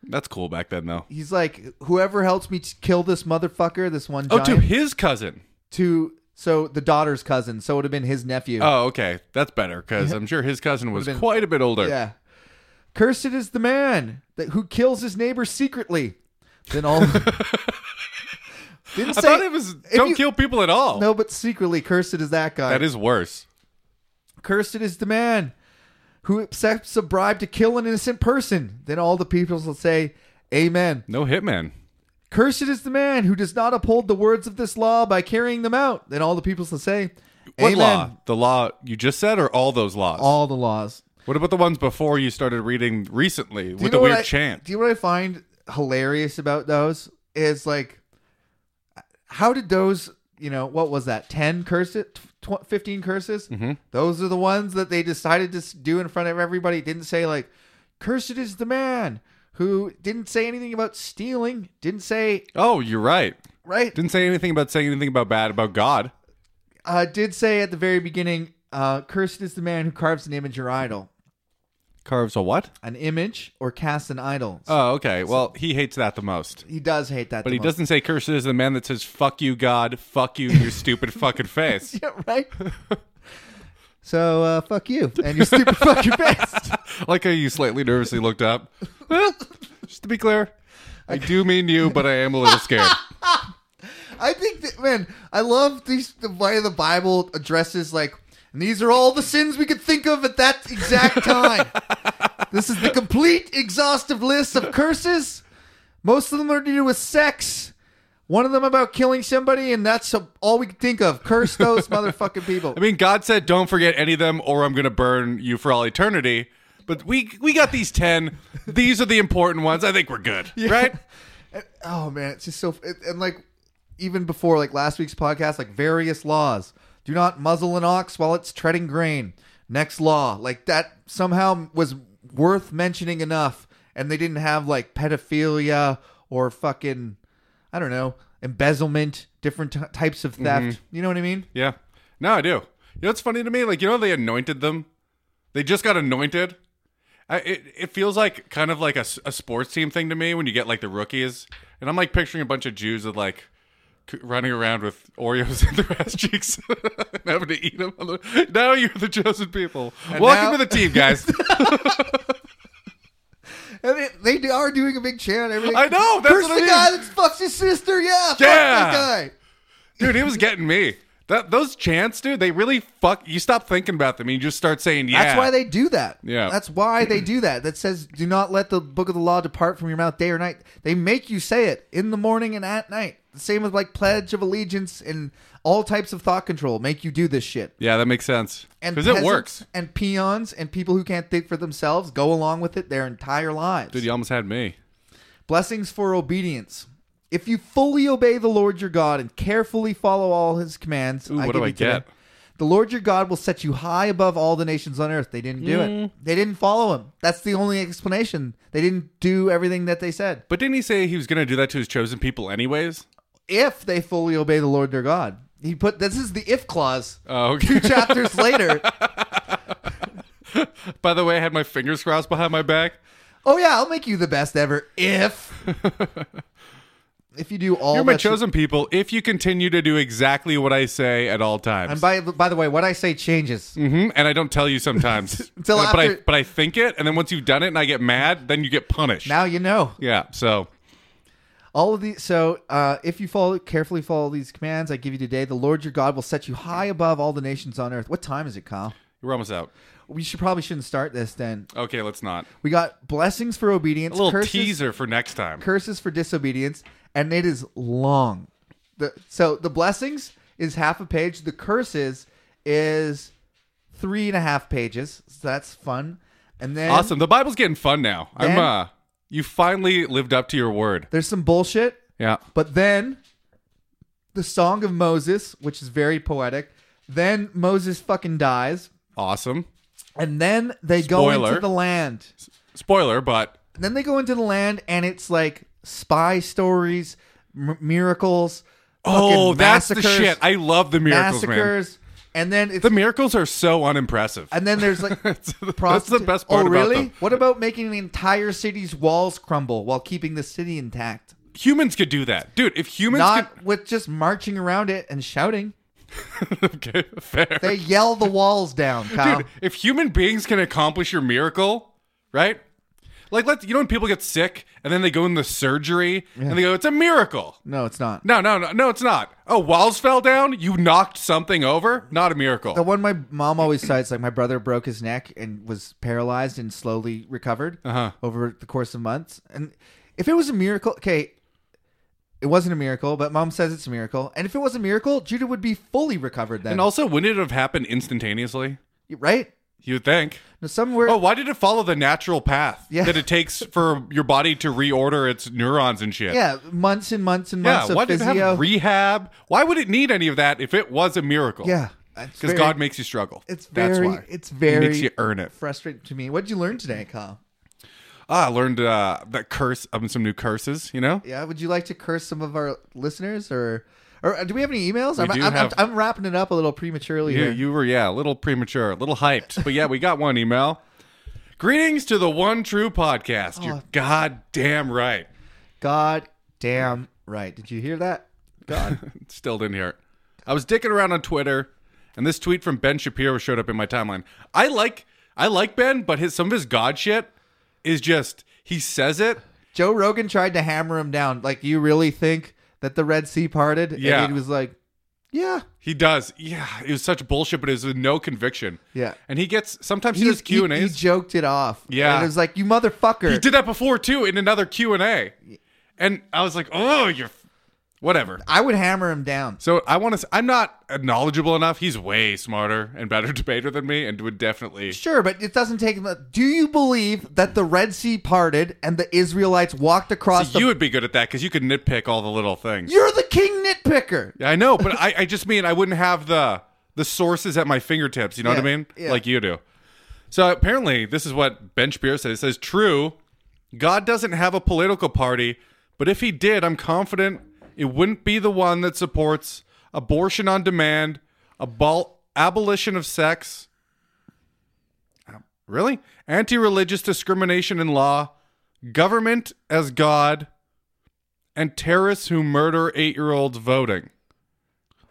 C: That's cool back then, though.
B: He's like, whoever helps me t- kill this motherfucker, this one
C: Oh,
B: giant,
C: to his cousin.
B: to so the daughter's cousin, so it would have been his nephew.
C: Oh, okay. That's better because I'm sure his cousin was
B: Would've been-
C: quite a bit older.
B: yeah. Cursed is the man that who kills his neighbor secretly. Then all didn't
C: I
B: say
C: thought it was
B: if
C: don't
B: you-
C: kill people at all.
B: No, but secretly, cursed is that guy.
C: That is worse.
B: Cursed is the man who accepts a bribe to kill an innocent person. Then all the people will say, "Amen."
C: No hitman.
B: Cursed is the man who does not uphold the words of this law by carrying them out. Then all the people shall say,
C: What
B: Amen.
C: law? The law you just said, or all those laws?
B: All the laws.
C: What about the ones before you started reading recently
B: Do you
C: with
B: know
C: the
B: what
C: weird
B: I-
C: chant?
B: Do you know what I find hilarious about those? Is like, how did those, you know, what was that? 10 curses? Tw- 15 curses? Mm-hmm. Those are the ones that they decided to s- do in front of everybody. It didn't say, like, cursed is the man who didn't say anything about stealing, didn't say,
C: Oh, you're right.
B: right?
C: Didn't say anything about saying anything about bad about God.
B: uh, did say at the very beginning, uh, cursed is the man who carves an image or idol,
C: Carves a what?
B: an image or casts an idol.
C: Oh, okay. Well, he hates that the most.
B: he does hate that,
C: But
B: the
C: he
B: most.
C: doesn't say cursed is the man that says fuck you God, fuck you your stupid fucking face.
B: Yeah, right. so uh, fuck you and your stupid fucking face.
C: Like how you slightly nervously looked up. Well, Just to be clear, I do mean you, but I am a little scared.
B: I think th- man, I love these the way the Bible addresses like and these are all the sins we could think of at that exact time. this is the complete exhaustive list of curses. Most of them are to do with sex. One of them about killing somebody, and that's a- all we could think of. Curse those motherfucking people.
C: I mean, God said, "Don't forget any of them, or I'm going to burn you for all eternity." But we we got these ten. These are the important ones. I think we're good, right?
B: oh man, it's just so it- and like even before like last week's podcast, like various laws. Do not muzzle an ox while it's treading grain. Next law, like that somehow was worth mentioning enough, and they didn't have like pedophilia or fucking, I don't know, embezzlement, different t- types of theft.
C: Mm-hmm.
B: You know what I mean?
C: Yeah. No, I do. You know what's funny to me? Like, you know, they anointed them. They just got anointed. I, it, it feels like kind of like a, s- a sports team thing to me when you get like the rookies. And I'm like picturing a bunch of Jews with like c- running around with Oreos in their ass cheeks and having to eat them. on the- Now you're the chosen people. Welcome
B: now-
C: to the team, guys.
B: And it, they do- are doing a big chant. and Everything.
C: I know, that's
B: Curse
C: what I
B: the
C: mean.
B: guy that fucks his sister. Yeah. Fuck that
C: Yeah.
B: guy.
C: dude, it was getting me. That, those chants, dude, they really fuck. You stop thinking about them and you just start saying, yeah.
B: That's why they do that.
C: Yeah.
B: That's why they do that. That says, do not let the book of the law depart from your mouth day or night. They make you say it in the morning and at night. The same with like Pledge of Allegiance and all types of thought control make you do this shit.
C: Yeah, that makes sense.
B: And
C: Because it
B: peasants
C: works.
B: And peons and people who can't think for themselves go along with it their entire lives.
C: Dude, you almost had me.
B: Blessings for obedience. If you fully obey the Lord your God and carefully follow all his commands,
C: Ooh, what
B: give
C: do I
B: you today,
C: get?
B: The Lord your God will set you high above all the nations on earth. They didn't do
C: Mm.
B: it. They didn't follow him. That's the only explanation. They didn't do everything that they said.
C: But didn't he say he was going to do that to his chosen people anyways?
B: If they fully obey the Lord their God. He put this is the if clause.
C: Oh,
B: Two
C: okay.
B: chapters later.
C: By the way, I had my fingers crossed behind my back.
B: Oh yeah, I'll make you the best ever if if you do all
C: You're my
B: that shit-
C: chosen people if you continue to do exactly what I say at all times.
B: And by by the way, what I say changes.
C: Mhm, and I don't tell you sometimes.
B: Till
C: Uh, but, I,
B: after-
C: but I think it, and then once you've done it and I get mad, then you get punished.
B: Now you know.
C: yeah, so.
B: All of these. So, uh, if you follow carefully, follow these commands I give you today, the Lord your God will set you high above all the nations on earth. What time is it, Kyle?
C: We're almost out.
B: We should probably shouldn't start this. Then
C: Okay, let's not.
B: we got blessings for obedience,
C: A little
B: curses,
C: teaser for next time.
B: curses for disobedience, and it is long. The, so the blessings is half a page. The curses is three and a half pages. So that's fun. And then
C: awesome. The Bible's getting fun now. I'm
B: Then-
C: uh you finally lived up to your word.
B: There's some bullshit.
C: Yeah.
B: But then the Song of Moses, which is very poetic, then Moses fucking dies,
C: Awesome.
B: and then they go
C: Spoiler.
B: into the land.
C: Spoiler, but
B: Then they go into the land and it's like spy stories, m- miracles,
C: Oh,
B: fucking
C: that's the
B: massacres-
C: shit. I love the miracles, man.
B: massacres. And then it's
C: The miracles are so unimpressive.
B: and then there's like
C: That's the
B: prostitu-
C: best part
B: Oh,
C: about
B: really?
C: them.
B: What about making the entire city's walls crumble while keeping the city intact?
C: Humans could do that. Dude, if humans
B: Not with just marching around it and shouting.
C: could Okay, fair.
B: They yell the walls down, Kyle.
C: Dude, if human beings can accomplish your miracle, right? Like let you know when people get sick and then they go in the surgery and they go, It's a miracle.
B: No, it's not.
C: No, no, no, no, it's not. Oh, walls fell down, you knocked something over? Not a miracle.
B: The one my mom always cites, like my brother broke his neck and was paralyzed and slowly recovered
C: Uh-huh.
B: over the course of months. And if it was a miracle, okay, it wasn't a miracle, but mom says it's a miracle. And if it was a miracle, Judah would be fully recovered then,
C: and also, wouldn't it have happened instantaneously?
B: right?
C: You would think.
B: Now, somewhere,
C: Oh, why did it follow the natural path
B: Yeah.
C: that it takes for your body to reorder its neurons and shit?
B: yeah, months and months and
C: Yeah,
B: months
C: why
B: of
C: did it
B: physio.
C: have rehab? Why would it need any of that if it was a miracle?
B: yeah,
C: Because God makes you struggle.
B: it's
C: That's
B: very-
C: why.
B: it's
C: He
B: very-
C: makes you earn it.
B: frustrating to me. What would you learn today, Kyle?
C: Ah, I learned uh, that curse, um, some new curses, you know?
B: Yeah, would you like to curse some of our listeners or? Or do we have any emails? I'm,
C: do
B: I'm,
C: have-
B: I'm, I'm wrapping it up a little prematurely
C: You,
B: here.
C: you were, yeah, a little premature, a little hyped. But yeah, we got one email. Greetings to the One True Podcast. You're goddamn right.
B: God damn right. Did you hear that? God.
C: Still didn't hear it. I was dicking around on Twitter, and this tweet from Ben Shapiro showed up in my timeline. I like I like Ben, but his some of his god shit is just he says it.
B: Joe Rogan tried to hammer him down. Like, you really think that the Red Sea parted?
C: Yeah.
B: and he was like, yeah,
C: He does. Yeah, it was such bullshit, but it was with no conviction.
B: Yeah.
C: and he gets sometimes he
B: He-
C: does Q and
B: he, he
C: A's.
B: joked it off.
C: Yeah.
B: and it was like you motherfucker.
C: He did that before too in another Q and A, and I was like, oh, you're f- whatever.
B: I would hammer him down.
C: So I want to. I'm not knowledgeable enough. He's way smarter and better debater than me, and would definitely.
B: Sure, but it doesn't take. Do you believe that the Red Sea parted and the Israelites walked across the?
C: You would be good at that because you could nitpick all the little things.
B: You're the king nitpicker.
C: Yeah, I know, but I, I just mean I wouldn't have the the sources at my fingertips. You know what I
B: Yeah,
C: mean?
B: yeah.
C: Like you do. So apparently, this is what Ben Shapiro said. It says, "True, God doesn't have a political party, but if he did, I'm confident it wouldn't be the one that supports abortion on demand, abol- abolition of sex, really, anti-religious discrimination in law, government as God." and terrorists who murder eight-year-olds voting.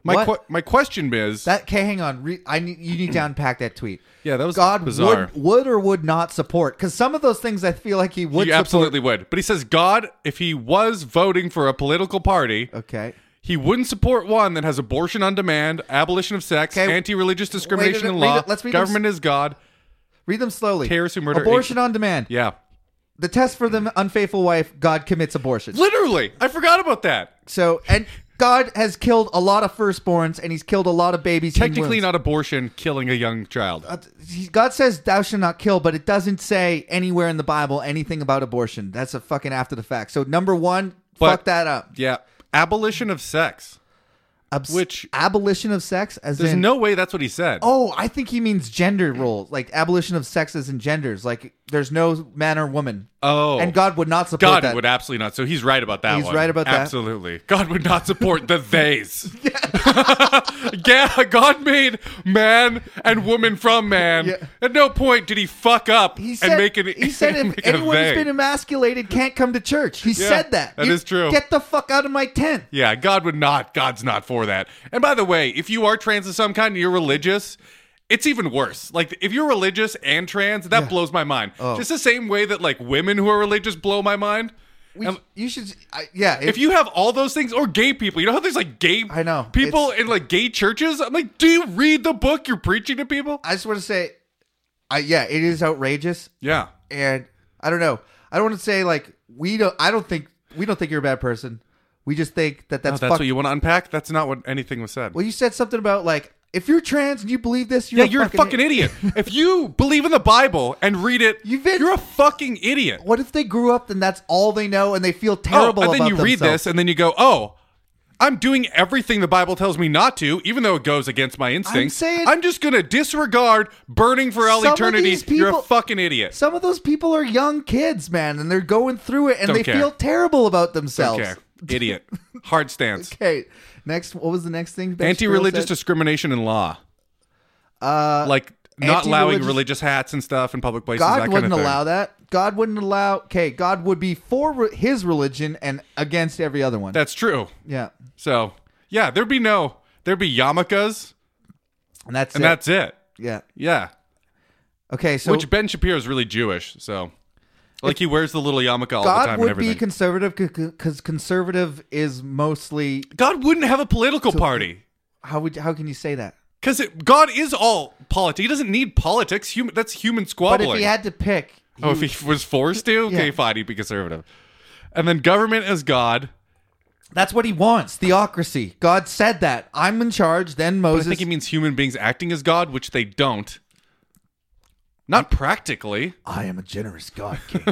C: My
B: What?
C: que- my question is,
B: That okay, hang on. Re, I need you need to unpack that tweet.
C: yeah, that was
B: God
C: bizarre.
B: would would or would not support because some of those things I feel like he would
C: you absolutely would, but he says God, if he was voting for a political party,
B: support. Okay.
C: he wouldn't support one that has abortion on demand, abolition of sex,
B: Okay.
C: anti-religious discrimination in
B: read
C: law,
B: it- let's read them s-
C: government is God.
B: Read them slowly.
C: Terrorists who murder
B: abortion on demand.
C: Yeah,
B: The test for the unfaithful wife. God commits abortion.
C: literally, I forgot about that.
B: So and God has killed a lot of firstborns and he's killed a lot of babies. in
C: Technically,
B: wombs.
C: not abortion, killing a young child.
B: Uh, he- God says thou shalt not kill, but it doesn't say anywhere in the Bible anything about abortion. That's a fucking after the fact. So number one,
C: But-
B: fuck that up.
C: yeah, abolition of sex.
B: Abs-
C: Which-
B: abolition of sex as
C: There's
B: in
C: no way that's what he said.
B: Oh, I think he means gender roles, like abolition of sexes and genders. Like there's no man or woman.
C: Oh.
B: and God would not support
C: God
B: that.
C: would absolutely not. So he's right about that
B: He's
C: one.
B: right about that.
C: Absolutely. God would not support the theys. yeah, God made man and woman from man.
B: Yeah.
C: At no point did he fuck up
B: he
C: and
B: said,
C: make an
B: he said if
C: make a
B: anyone who's
C: they.
B: been emasculated can't come to church. He said that.
C: that
B: That is
C: is true.
B: Get the fuck out of my tent.
C: Yeah, God would not. God's not for that. And by the way, if you are trans of some kind and you're religious, it's even worse. Like if you're religious and trans, that blows my mind.
B: Oh.
C: Just the same way that like women who are religious blow my mind.
B: We,
C: And-
B: you should. I, yeah.
C: if you have all those things or gay people you know how there's like gay
B: I know.
C: people
B: It's-
C: in like gay churches i'm like do you read the book you're preaching to people
B: I just want to say, I, yeah, it is outrageous,
C: yeah
B: and I don't know. I don't want to say like we don't. I don't think we don't think you're a bad person. We just think that that's
C: that's
B: fuck-
C: what you want to unpack that's not what anything was said
B: Well, you said something about like if you're trans and you believe this, you're
C: yeah
B: a
C: you're
B: fucking
C: a fucking idiot if you believe in the bible and read it
B: You've been-
C: you're a fucking idiot
B: What if they grew up and that's all they know and they feel terrible
C: oh, and then
B: about
C: you read
B: themselves?
C: this and then you go oh I'm doing everything the Bible tells me not to, even though it goes against my instincts.
B: saying-
C: I'm just going to disregard burning for all
B: Some of
C: eternity.
B: these
C: You're a
B: people-
C: fucking idiot.
B: Some of those people are young kids, man, and they're going through it and
C: Don't
B: they
C: care.
B: feel terrible about
C: Don't
B: themselves.
C: care. Idiot. Hard stance.
B: Okay. Next, what was the next thing? Ben Shapiro
C: anti-religious
B: said?
C: discrimination in law. Uh, like not allowing
B: anti-religious-
C: religious hats and stuff in public places. that
B: God
C: kind
B: wouldn't
C: of thing.
B: allow that. God wouldn't allow. Okay, God would be for re- his religion and against every other one.
C: That's true.
B: yeah,
C: So yeah, there'd be no, there'd be yarmulkes,
B: and that's
C: and
B: it.
C: that's it.
B: yeah.
C: Yeah,
B: Okay, so
C: which Ben Shapiro is really Jewish, so like he wears the little yarmulke all the
B: God
C: time and
B: would be
C: everything.
B: conservative because conservative is mostly
C: God wouldn't have a political party
B: how would how can you say that?
C: because God is all politics. He doesn't need politics. Human, that's human
B: But
C: squabbling.
B: if he had to pick,
C: Oh, if he was forced to, okay,
B: Yeah.
C: fine, he'd be conservative. And then government as God.
B: That's what he wants. Theocracy. God said that. I'm in charge. Then
C: I
B: Moses.
C: think he means human beings acting as God, which they don't. Not practically.
B: I am a generous God king.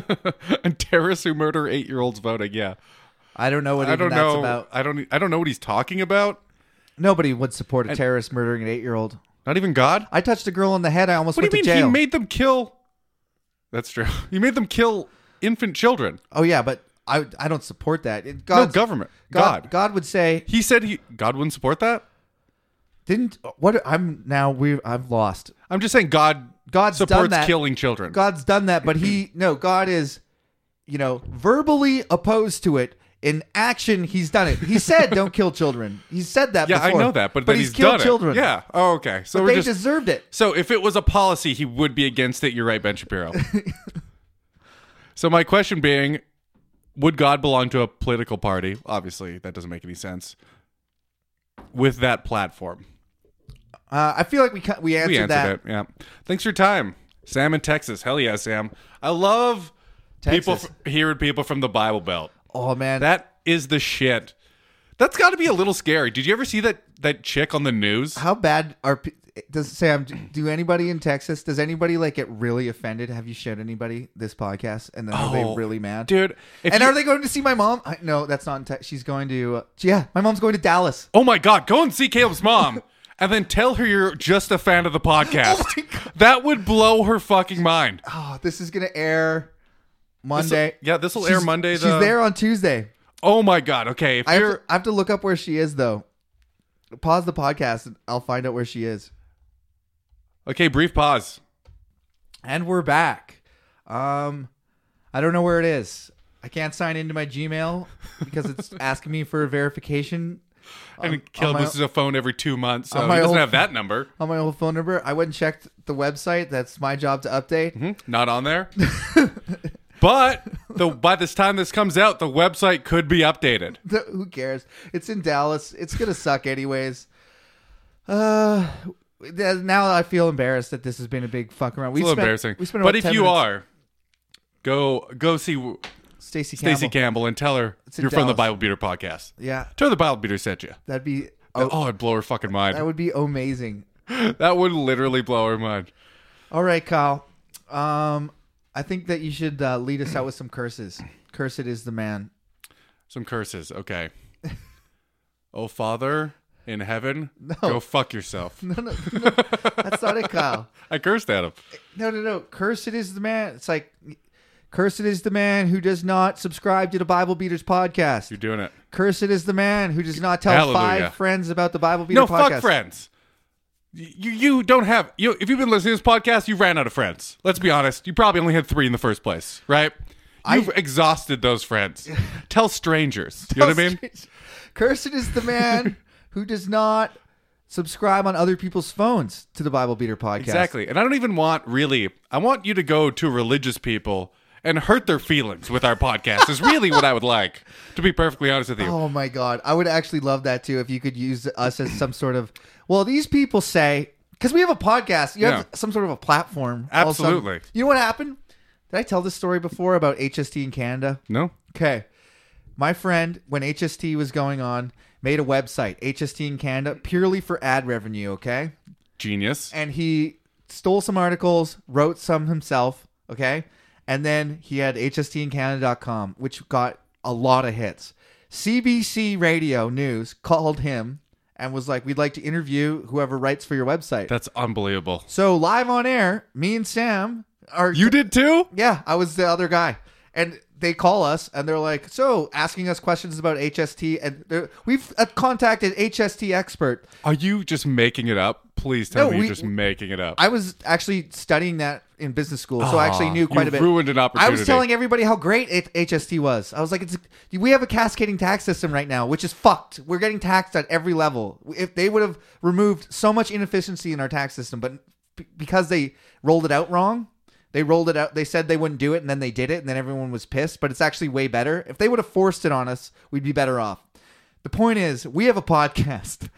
C: and terrorists who murder eight-year-olds voting. Yeah,
B: I don't know what even
C: I don't
B: that's
C: know.
B: about.
C: I don't. e, I don't know what he's talking about.
B: Nobody would support a terrorist murdering an eight year old.
C: Not even God.
B: I touched a girl in the head. I almost
C: What
B: went
C: do you mean
B: to jail.
C: he made them kill? That's true. He made them kill infant children.
B: oh yeah, but I I don't support that. It- God's-
C: government.
B: God,
C: God.
B: God would say,
C: He said he God wouldn't support that.
B: didn't what? I'm now we I've lost.
C: I'm just saying God.
B: God's done
C: supports
B: that.
C: killing children.
B: God's done that, but he no. God is, you know, verbally opposed to it. In action, he's done it. He said, "Don't kill children." He said that.
C: yeah,
B: before,
C: I know that, but, then
B: he's,
C: he's,
B: killed
C: done it.
B: children.
C: Yeah. Oh, okay. So
B: but
C: we're
B: they
C: just.
B: deserved it.
C: So if it was a policy, he would be against it. You're right, Ben Shapiro. so my question being, would God belong to a political party? Obviously, that doesn't make any sense. With that platform,
B: Uh, I feel like we cu- we answered,
C: we answered
B: that.
C: it. Yeah. Thanks for your time, Sam in Texas. Hell yeah, Sam. I love people
B: Texas.
C: fr- hearing people from the Bible Belt.
B: Oh man,
C: That is the shit. That's got to be a little scary. Did you ever see that that chick on the news?
B: how bad are pe- does Sam? do- Do anybody in Texas? Does anybody like get really offended? Have you showed anybody this podcast? And then are
C: Oh,
B: they really mad,
C: dude, if
B: And
C: you-
B: are they going to see my mom? I, no, that's not in Texas. She's going to. Uh, yeah, my mom's going to Dallas.
C: Oh my god, go and see Caleb's mom. And then tell her you're just a fan of the podcast.
B: Oh my God.
C: that would blow her fucking mind.
B: Oh, this is gonna air Monday.
C: yeah, this will air
B: She's-
C: Monday.
B: She's
C: the-
B: there on Tuesday.
C: Oh my god. Okay, if
B: I have,
C: you're
B: to, I have to look up where she is though. Pause the podcast and I'll find out where she is.
C: okay, brief pause.
B: And we're back. Um, I don't know where it is. I can't sign into my Gmail because it's asking me for a verification
C: And Caleb
B: my-
C: uses a phone every two months, so
B: on
C: he
B: my
C: doesn't
B: old-
C: have that number.
B: on my old phone number. I went and checked the website. That's my job to update.
C: Hmm? Not on there. but the by this time this comes out, the website could be updated.
B: Who cares? It's in Dallas. It's gonna suck anyways. Uh, th- now I feel embarrassed that this has been a big fuck around. We
C: It's a little
B: spent,
C: embarrassing.
B: We spent
C: but
B: about
C: if
B: 10
C: you
B: minutes-
C: are, go go see
B: Stacey Campbell,
C: Stacey Campbell and tell her
B: in
C: you're from the
B: Dallas.
C: Bible Beater podcast.
B: yeah,
C: Tell her the Bible Beater sent you.
B: that'd be
C: Oh, it'd blow her fucking mind.
B: that would be amazing.
C: That would literally blow her mind.
B: All right, Kyle. Um, I think that you should uh, lead us out with some curses. Cursed is the man.
C: Some curses. Okay. oh, Father in heaven, go fuck yourself.
B: That's not it, Kyle.
C: I cursed at him.
B: No, no, no. Cursed is the man. It's like cursed is the man who does not subscribe to the Bible Beaters podcast.
C: You're doing it.
B: Cursed is the man who does not tell
C: Hallelujah.
B: five friends about the Bible Beater
C: no,
B: podcast.
C: fuck friends. Y- You you don't have you. If you've been listening to this podcast, you ran out of friends. Let's be honest. You probably only had three in the first place, right? You've exhausted those friends. Tell strangers. You know what I mean?
B: Cursed is the man who does not subscribe on other people's phones to the Bible Beater podcast.
C: Exactly. And I don't even want really, I want you to go to religious people and hurt their feelings with our podcast, is really what I would like, to be perfectly honest with you.
B: Oh my god, I would actually love that too if you could use us as some sort of. Well, these people say because we have a podcast, you have
C: Yeah.
B: some sort of a platform. all of a sudden-
C: Absolutely.
B: You know what happened? Did I tell this story before about HST in Canada?
C: No?
B: Okay. My friend, when HST was going on, made a website, HST in Canada, purely for ad revenue, okay?
C: Genius.
B: And he stole some articles, wrote some himself, okay? And then he had hstincanada.com, which got a lot of hits. CBC Radio News called him and was like, We'd like to interview whoever writes for your website.
C: That's unbelievable.
B: so, live on air, me and Sam are
C: You did too?
B: yeah, I was the other guy. And they call us and they're like, so asking us questions about HST. And they're- we've uh, contacted HST expert.
C: Are you just making it up? Please tell
B: No,
C: me
B: we-
C: you're just making it up.
B: I was actually studying that in business school. So I actually
C: Aw,
B: knew quite
C: you
B: a bit.
C: ruined an
B: I was
C: opportunity.
B: telling everybody how great it, HST was. I was like, it's we have a cascading tax system right now, which is fucked. We're getting taxed at every level. If they would have removed so much inefficiency in our tax system, but b- because they rolled it out wrong, they rolled it out. They said they wouldn't do it, and then they did it, and then everyone was pissed. But it's actually way better. If they would have forced it on us, we'd be better off. The point is, we have a podcast.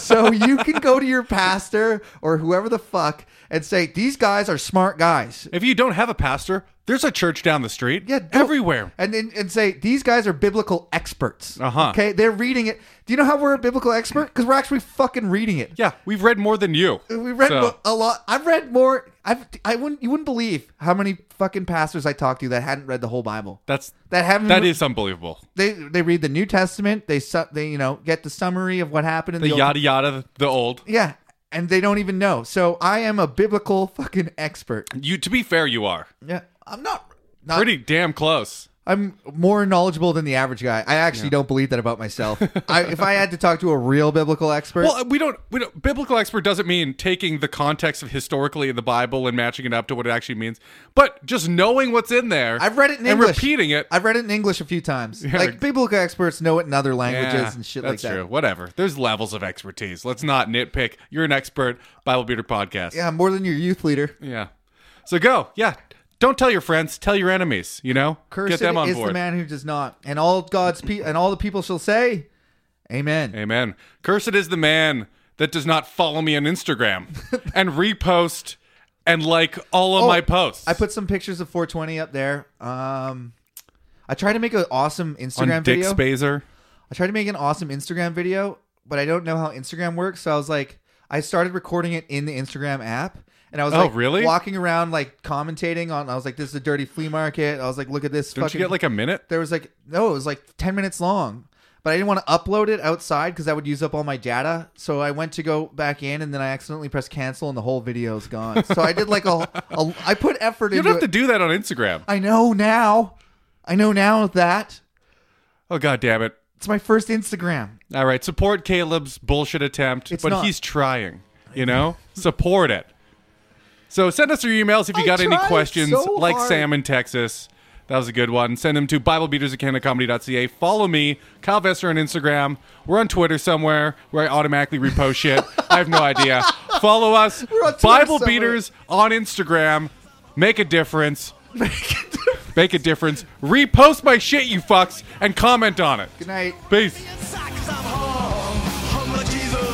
B: so you can go to your pastor or whoever the fuck and say, these guys are smart guys.
C: if you don't have a pastor, there's a church down the street.
B: Yeah, go-
C: everywhere.
B: And then and say these guys are biblical experts.
C: Uh-huh.
B: Okay, they're reading it. Do you know how we're a biblical expert? Because we're actually fucking reading it.
C: Yeah, we've read more than you.
B: We read
C: So,
B: mo- a lot. I've read more. I've I wouldn't you wouldn't believe how many fucking pastors I talked to that hadn't read the whole Bible.
C: that's
B: That haven't.
C: that is unbelievable.
B: they they read the New Testament. They su- they you know get the summary of what happened in the,
C: The
B: Old-
C: yada yada, the old.
B: Yeah, and they don't even know. So I am a biblical fucking expert.
C: You to be fair, you are
B: Yeah, I'm not. Not,
C: pretty damn close.
B: I'm more knowledgeable than the average guy. I actually don't believe that about myself. I, if I had to talk to a real biblical expert,
C: Well, uh, we don't. We don't. Biblical expert doesn't mean taking the context of historically in the Bible and matching it up to what it actually means, but just knowing what's in there.
B: I've read it in
C: and
B: English.
C: repeating it.
B: I've read it in English a few times.
C: like-
B: like biblical experts know it in other languages
C: Yeah,
B: and shit like
C: that's
B: that.
C: true. Whatever. There's levels of expertise. Let's not nitpick. You're an expert. Bible Beater podcast.
B: Yeah, more than your youth leader.
C: Yeah. So go. Yeah. Don't tell your friends, tell your enemies, you know?
B: Cursed
C: Get them on
B: is
C: board.
B: the man who does not, and all God's pe- and all the people shall say, "Amen."
C: Amen. Cursed is the man that does not follow me on Instagram and repost and like all of
B: Oh,
C: my posts.
B: I put some pictures of 420 up there. Um, I tried to make an awesome
C: on
B: Instagram
C: Dick
B: video.
C: Spazer.
B: I tried to make an awesome Instagram video, but I don't know how Instagram works. So I was like, I started recording it in the Instagram app. And I was
C: Oh,
B: like
C: really?
B: walking around like commentating on I was like, This is a dirty flea market. I was like, look at this
C: Don't
B: fucking
C: you get like a minute?
B: there was like no, it was like ten minutes long. But I didn't want to upload it outside because that would use up all my data. So I went to go back in, and then I accidentally pressed cancel, and the whole video's gone. So I did like a, a I put effort
C: You
B: into
C: don't have to
B: it.
C: do that on Instagram.
B: I know now. I know now that
C: Oh god damn it.
B: it's my first Instagram.
C: All right, support Caleb's bullshit attempt,
B: It's
C: but
B: not-
C: he's trying, you know? support it. So send us your emails if you
B: I
C: got any
B: tried
C: questions,
B: so
C: like
B: hard.
C: Sam in Texas. That was a good one. Send them to BibleBeaters at CanadaComedy.ca. Follow me, Kyle Vesser on Instagram. We're on Twitter somewhere where I automatically repost shit. I have no idea. Follow us,
B: on Twitter
C: Bible
B: somewhere.
C: Beaters on Instagram. Make a difference. Make a difference. Repost my shit, you fucks, and comment on it.
B: Good night.
C: Peace.
A: inside 'cause I'm hung, hung like Jesus. Oh,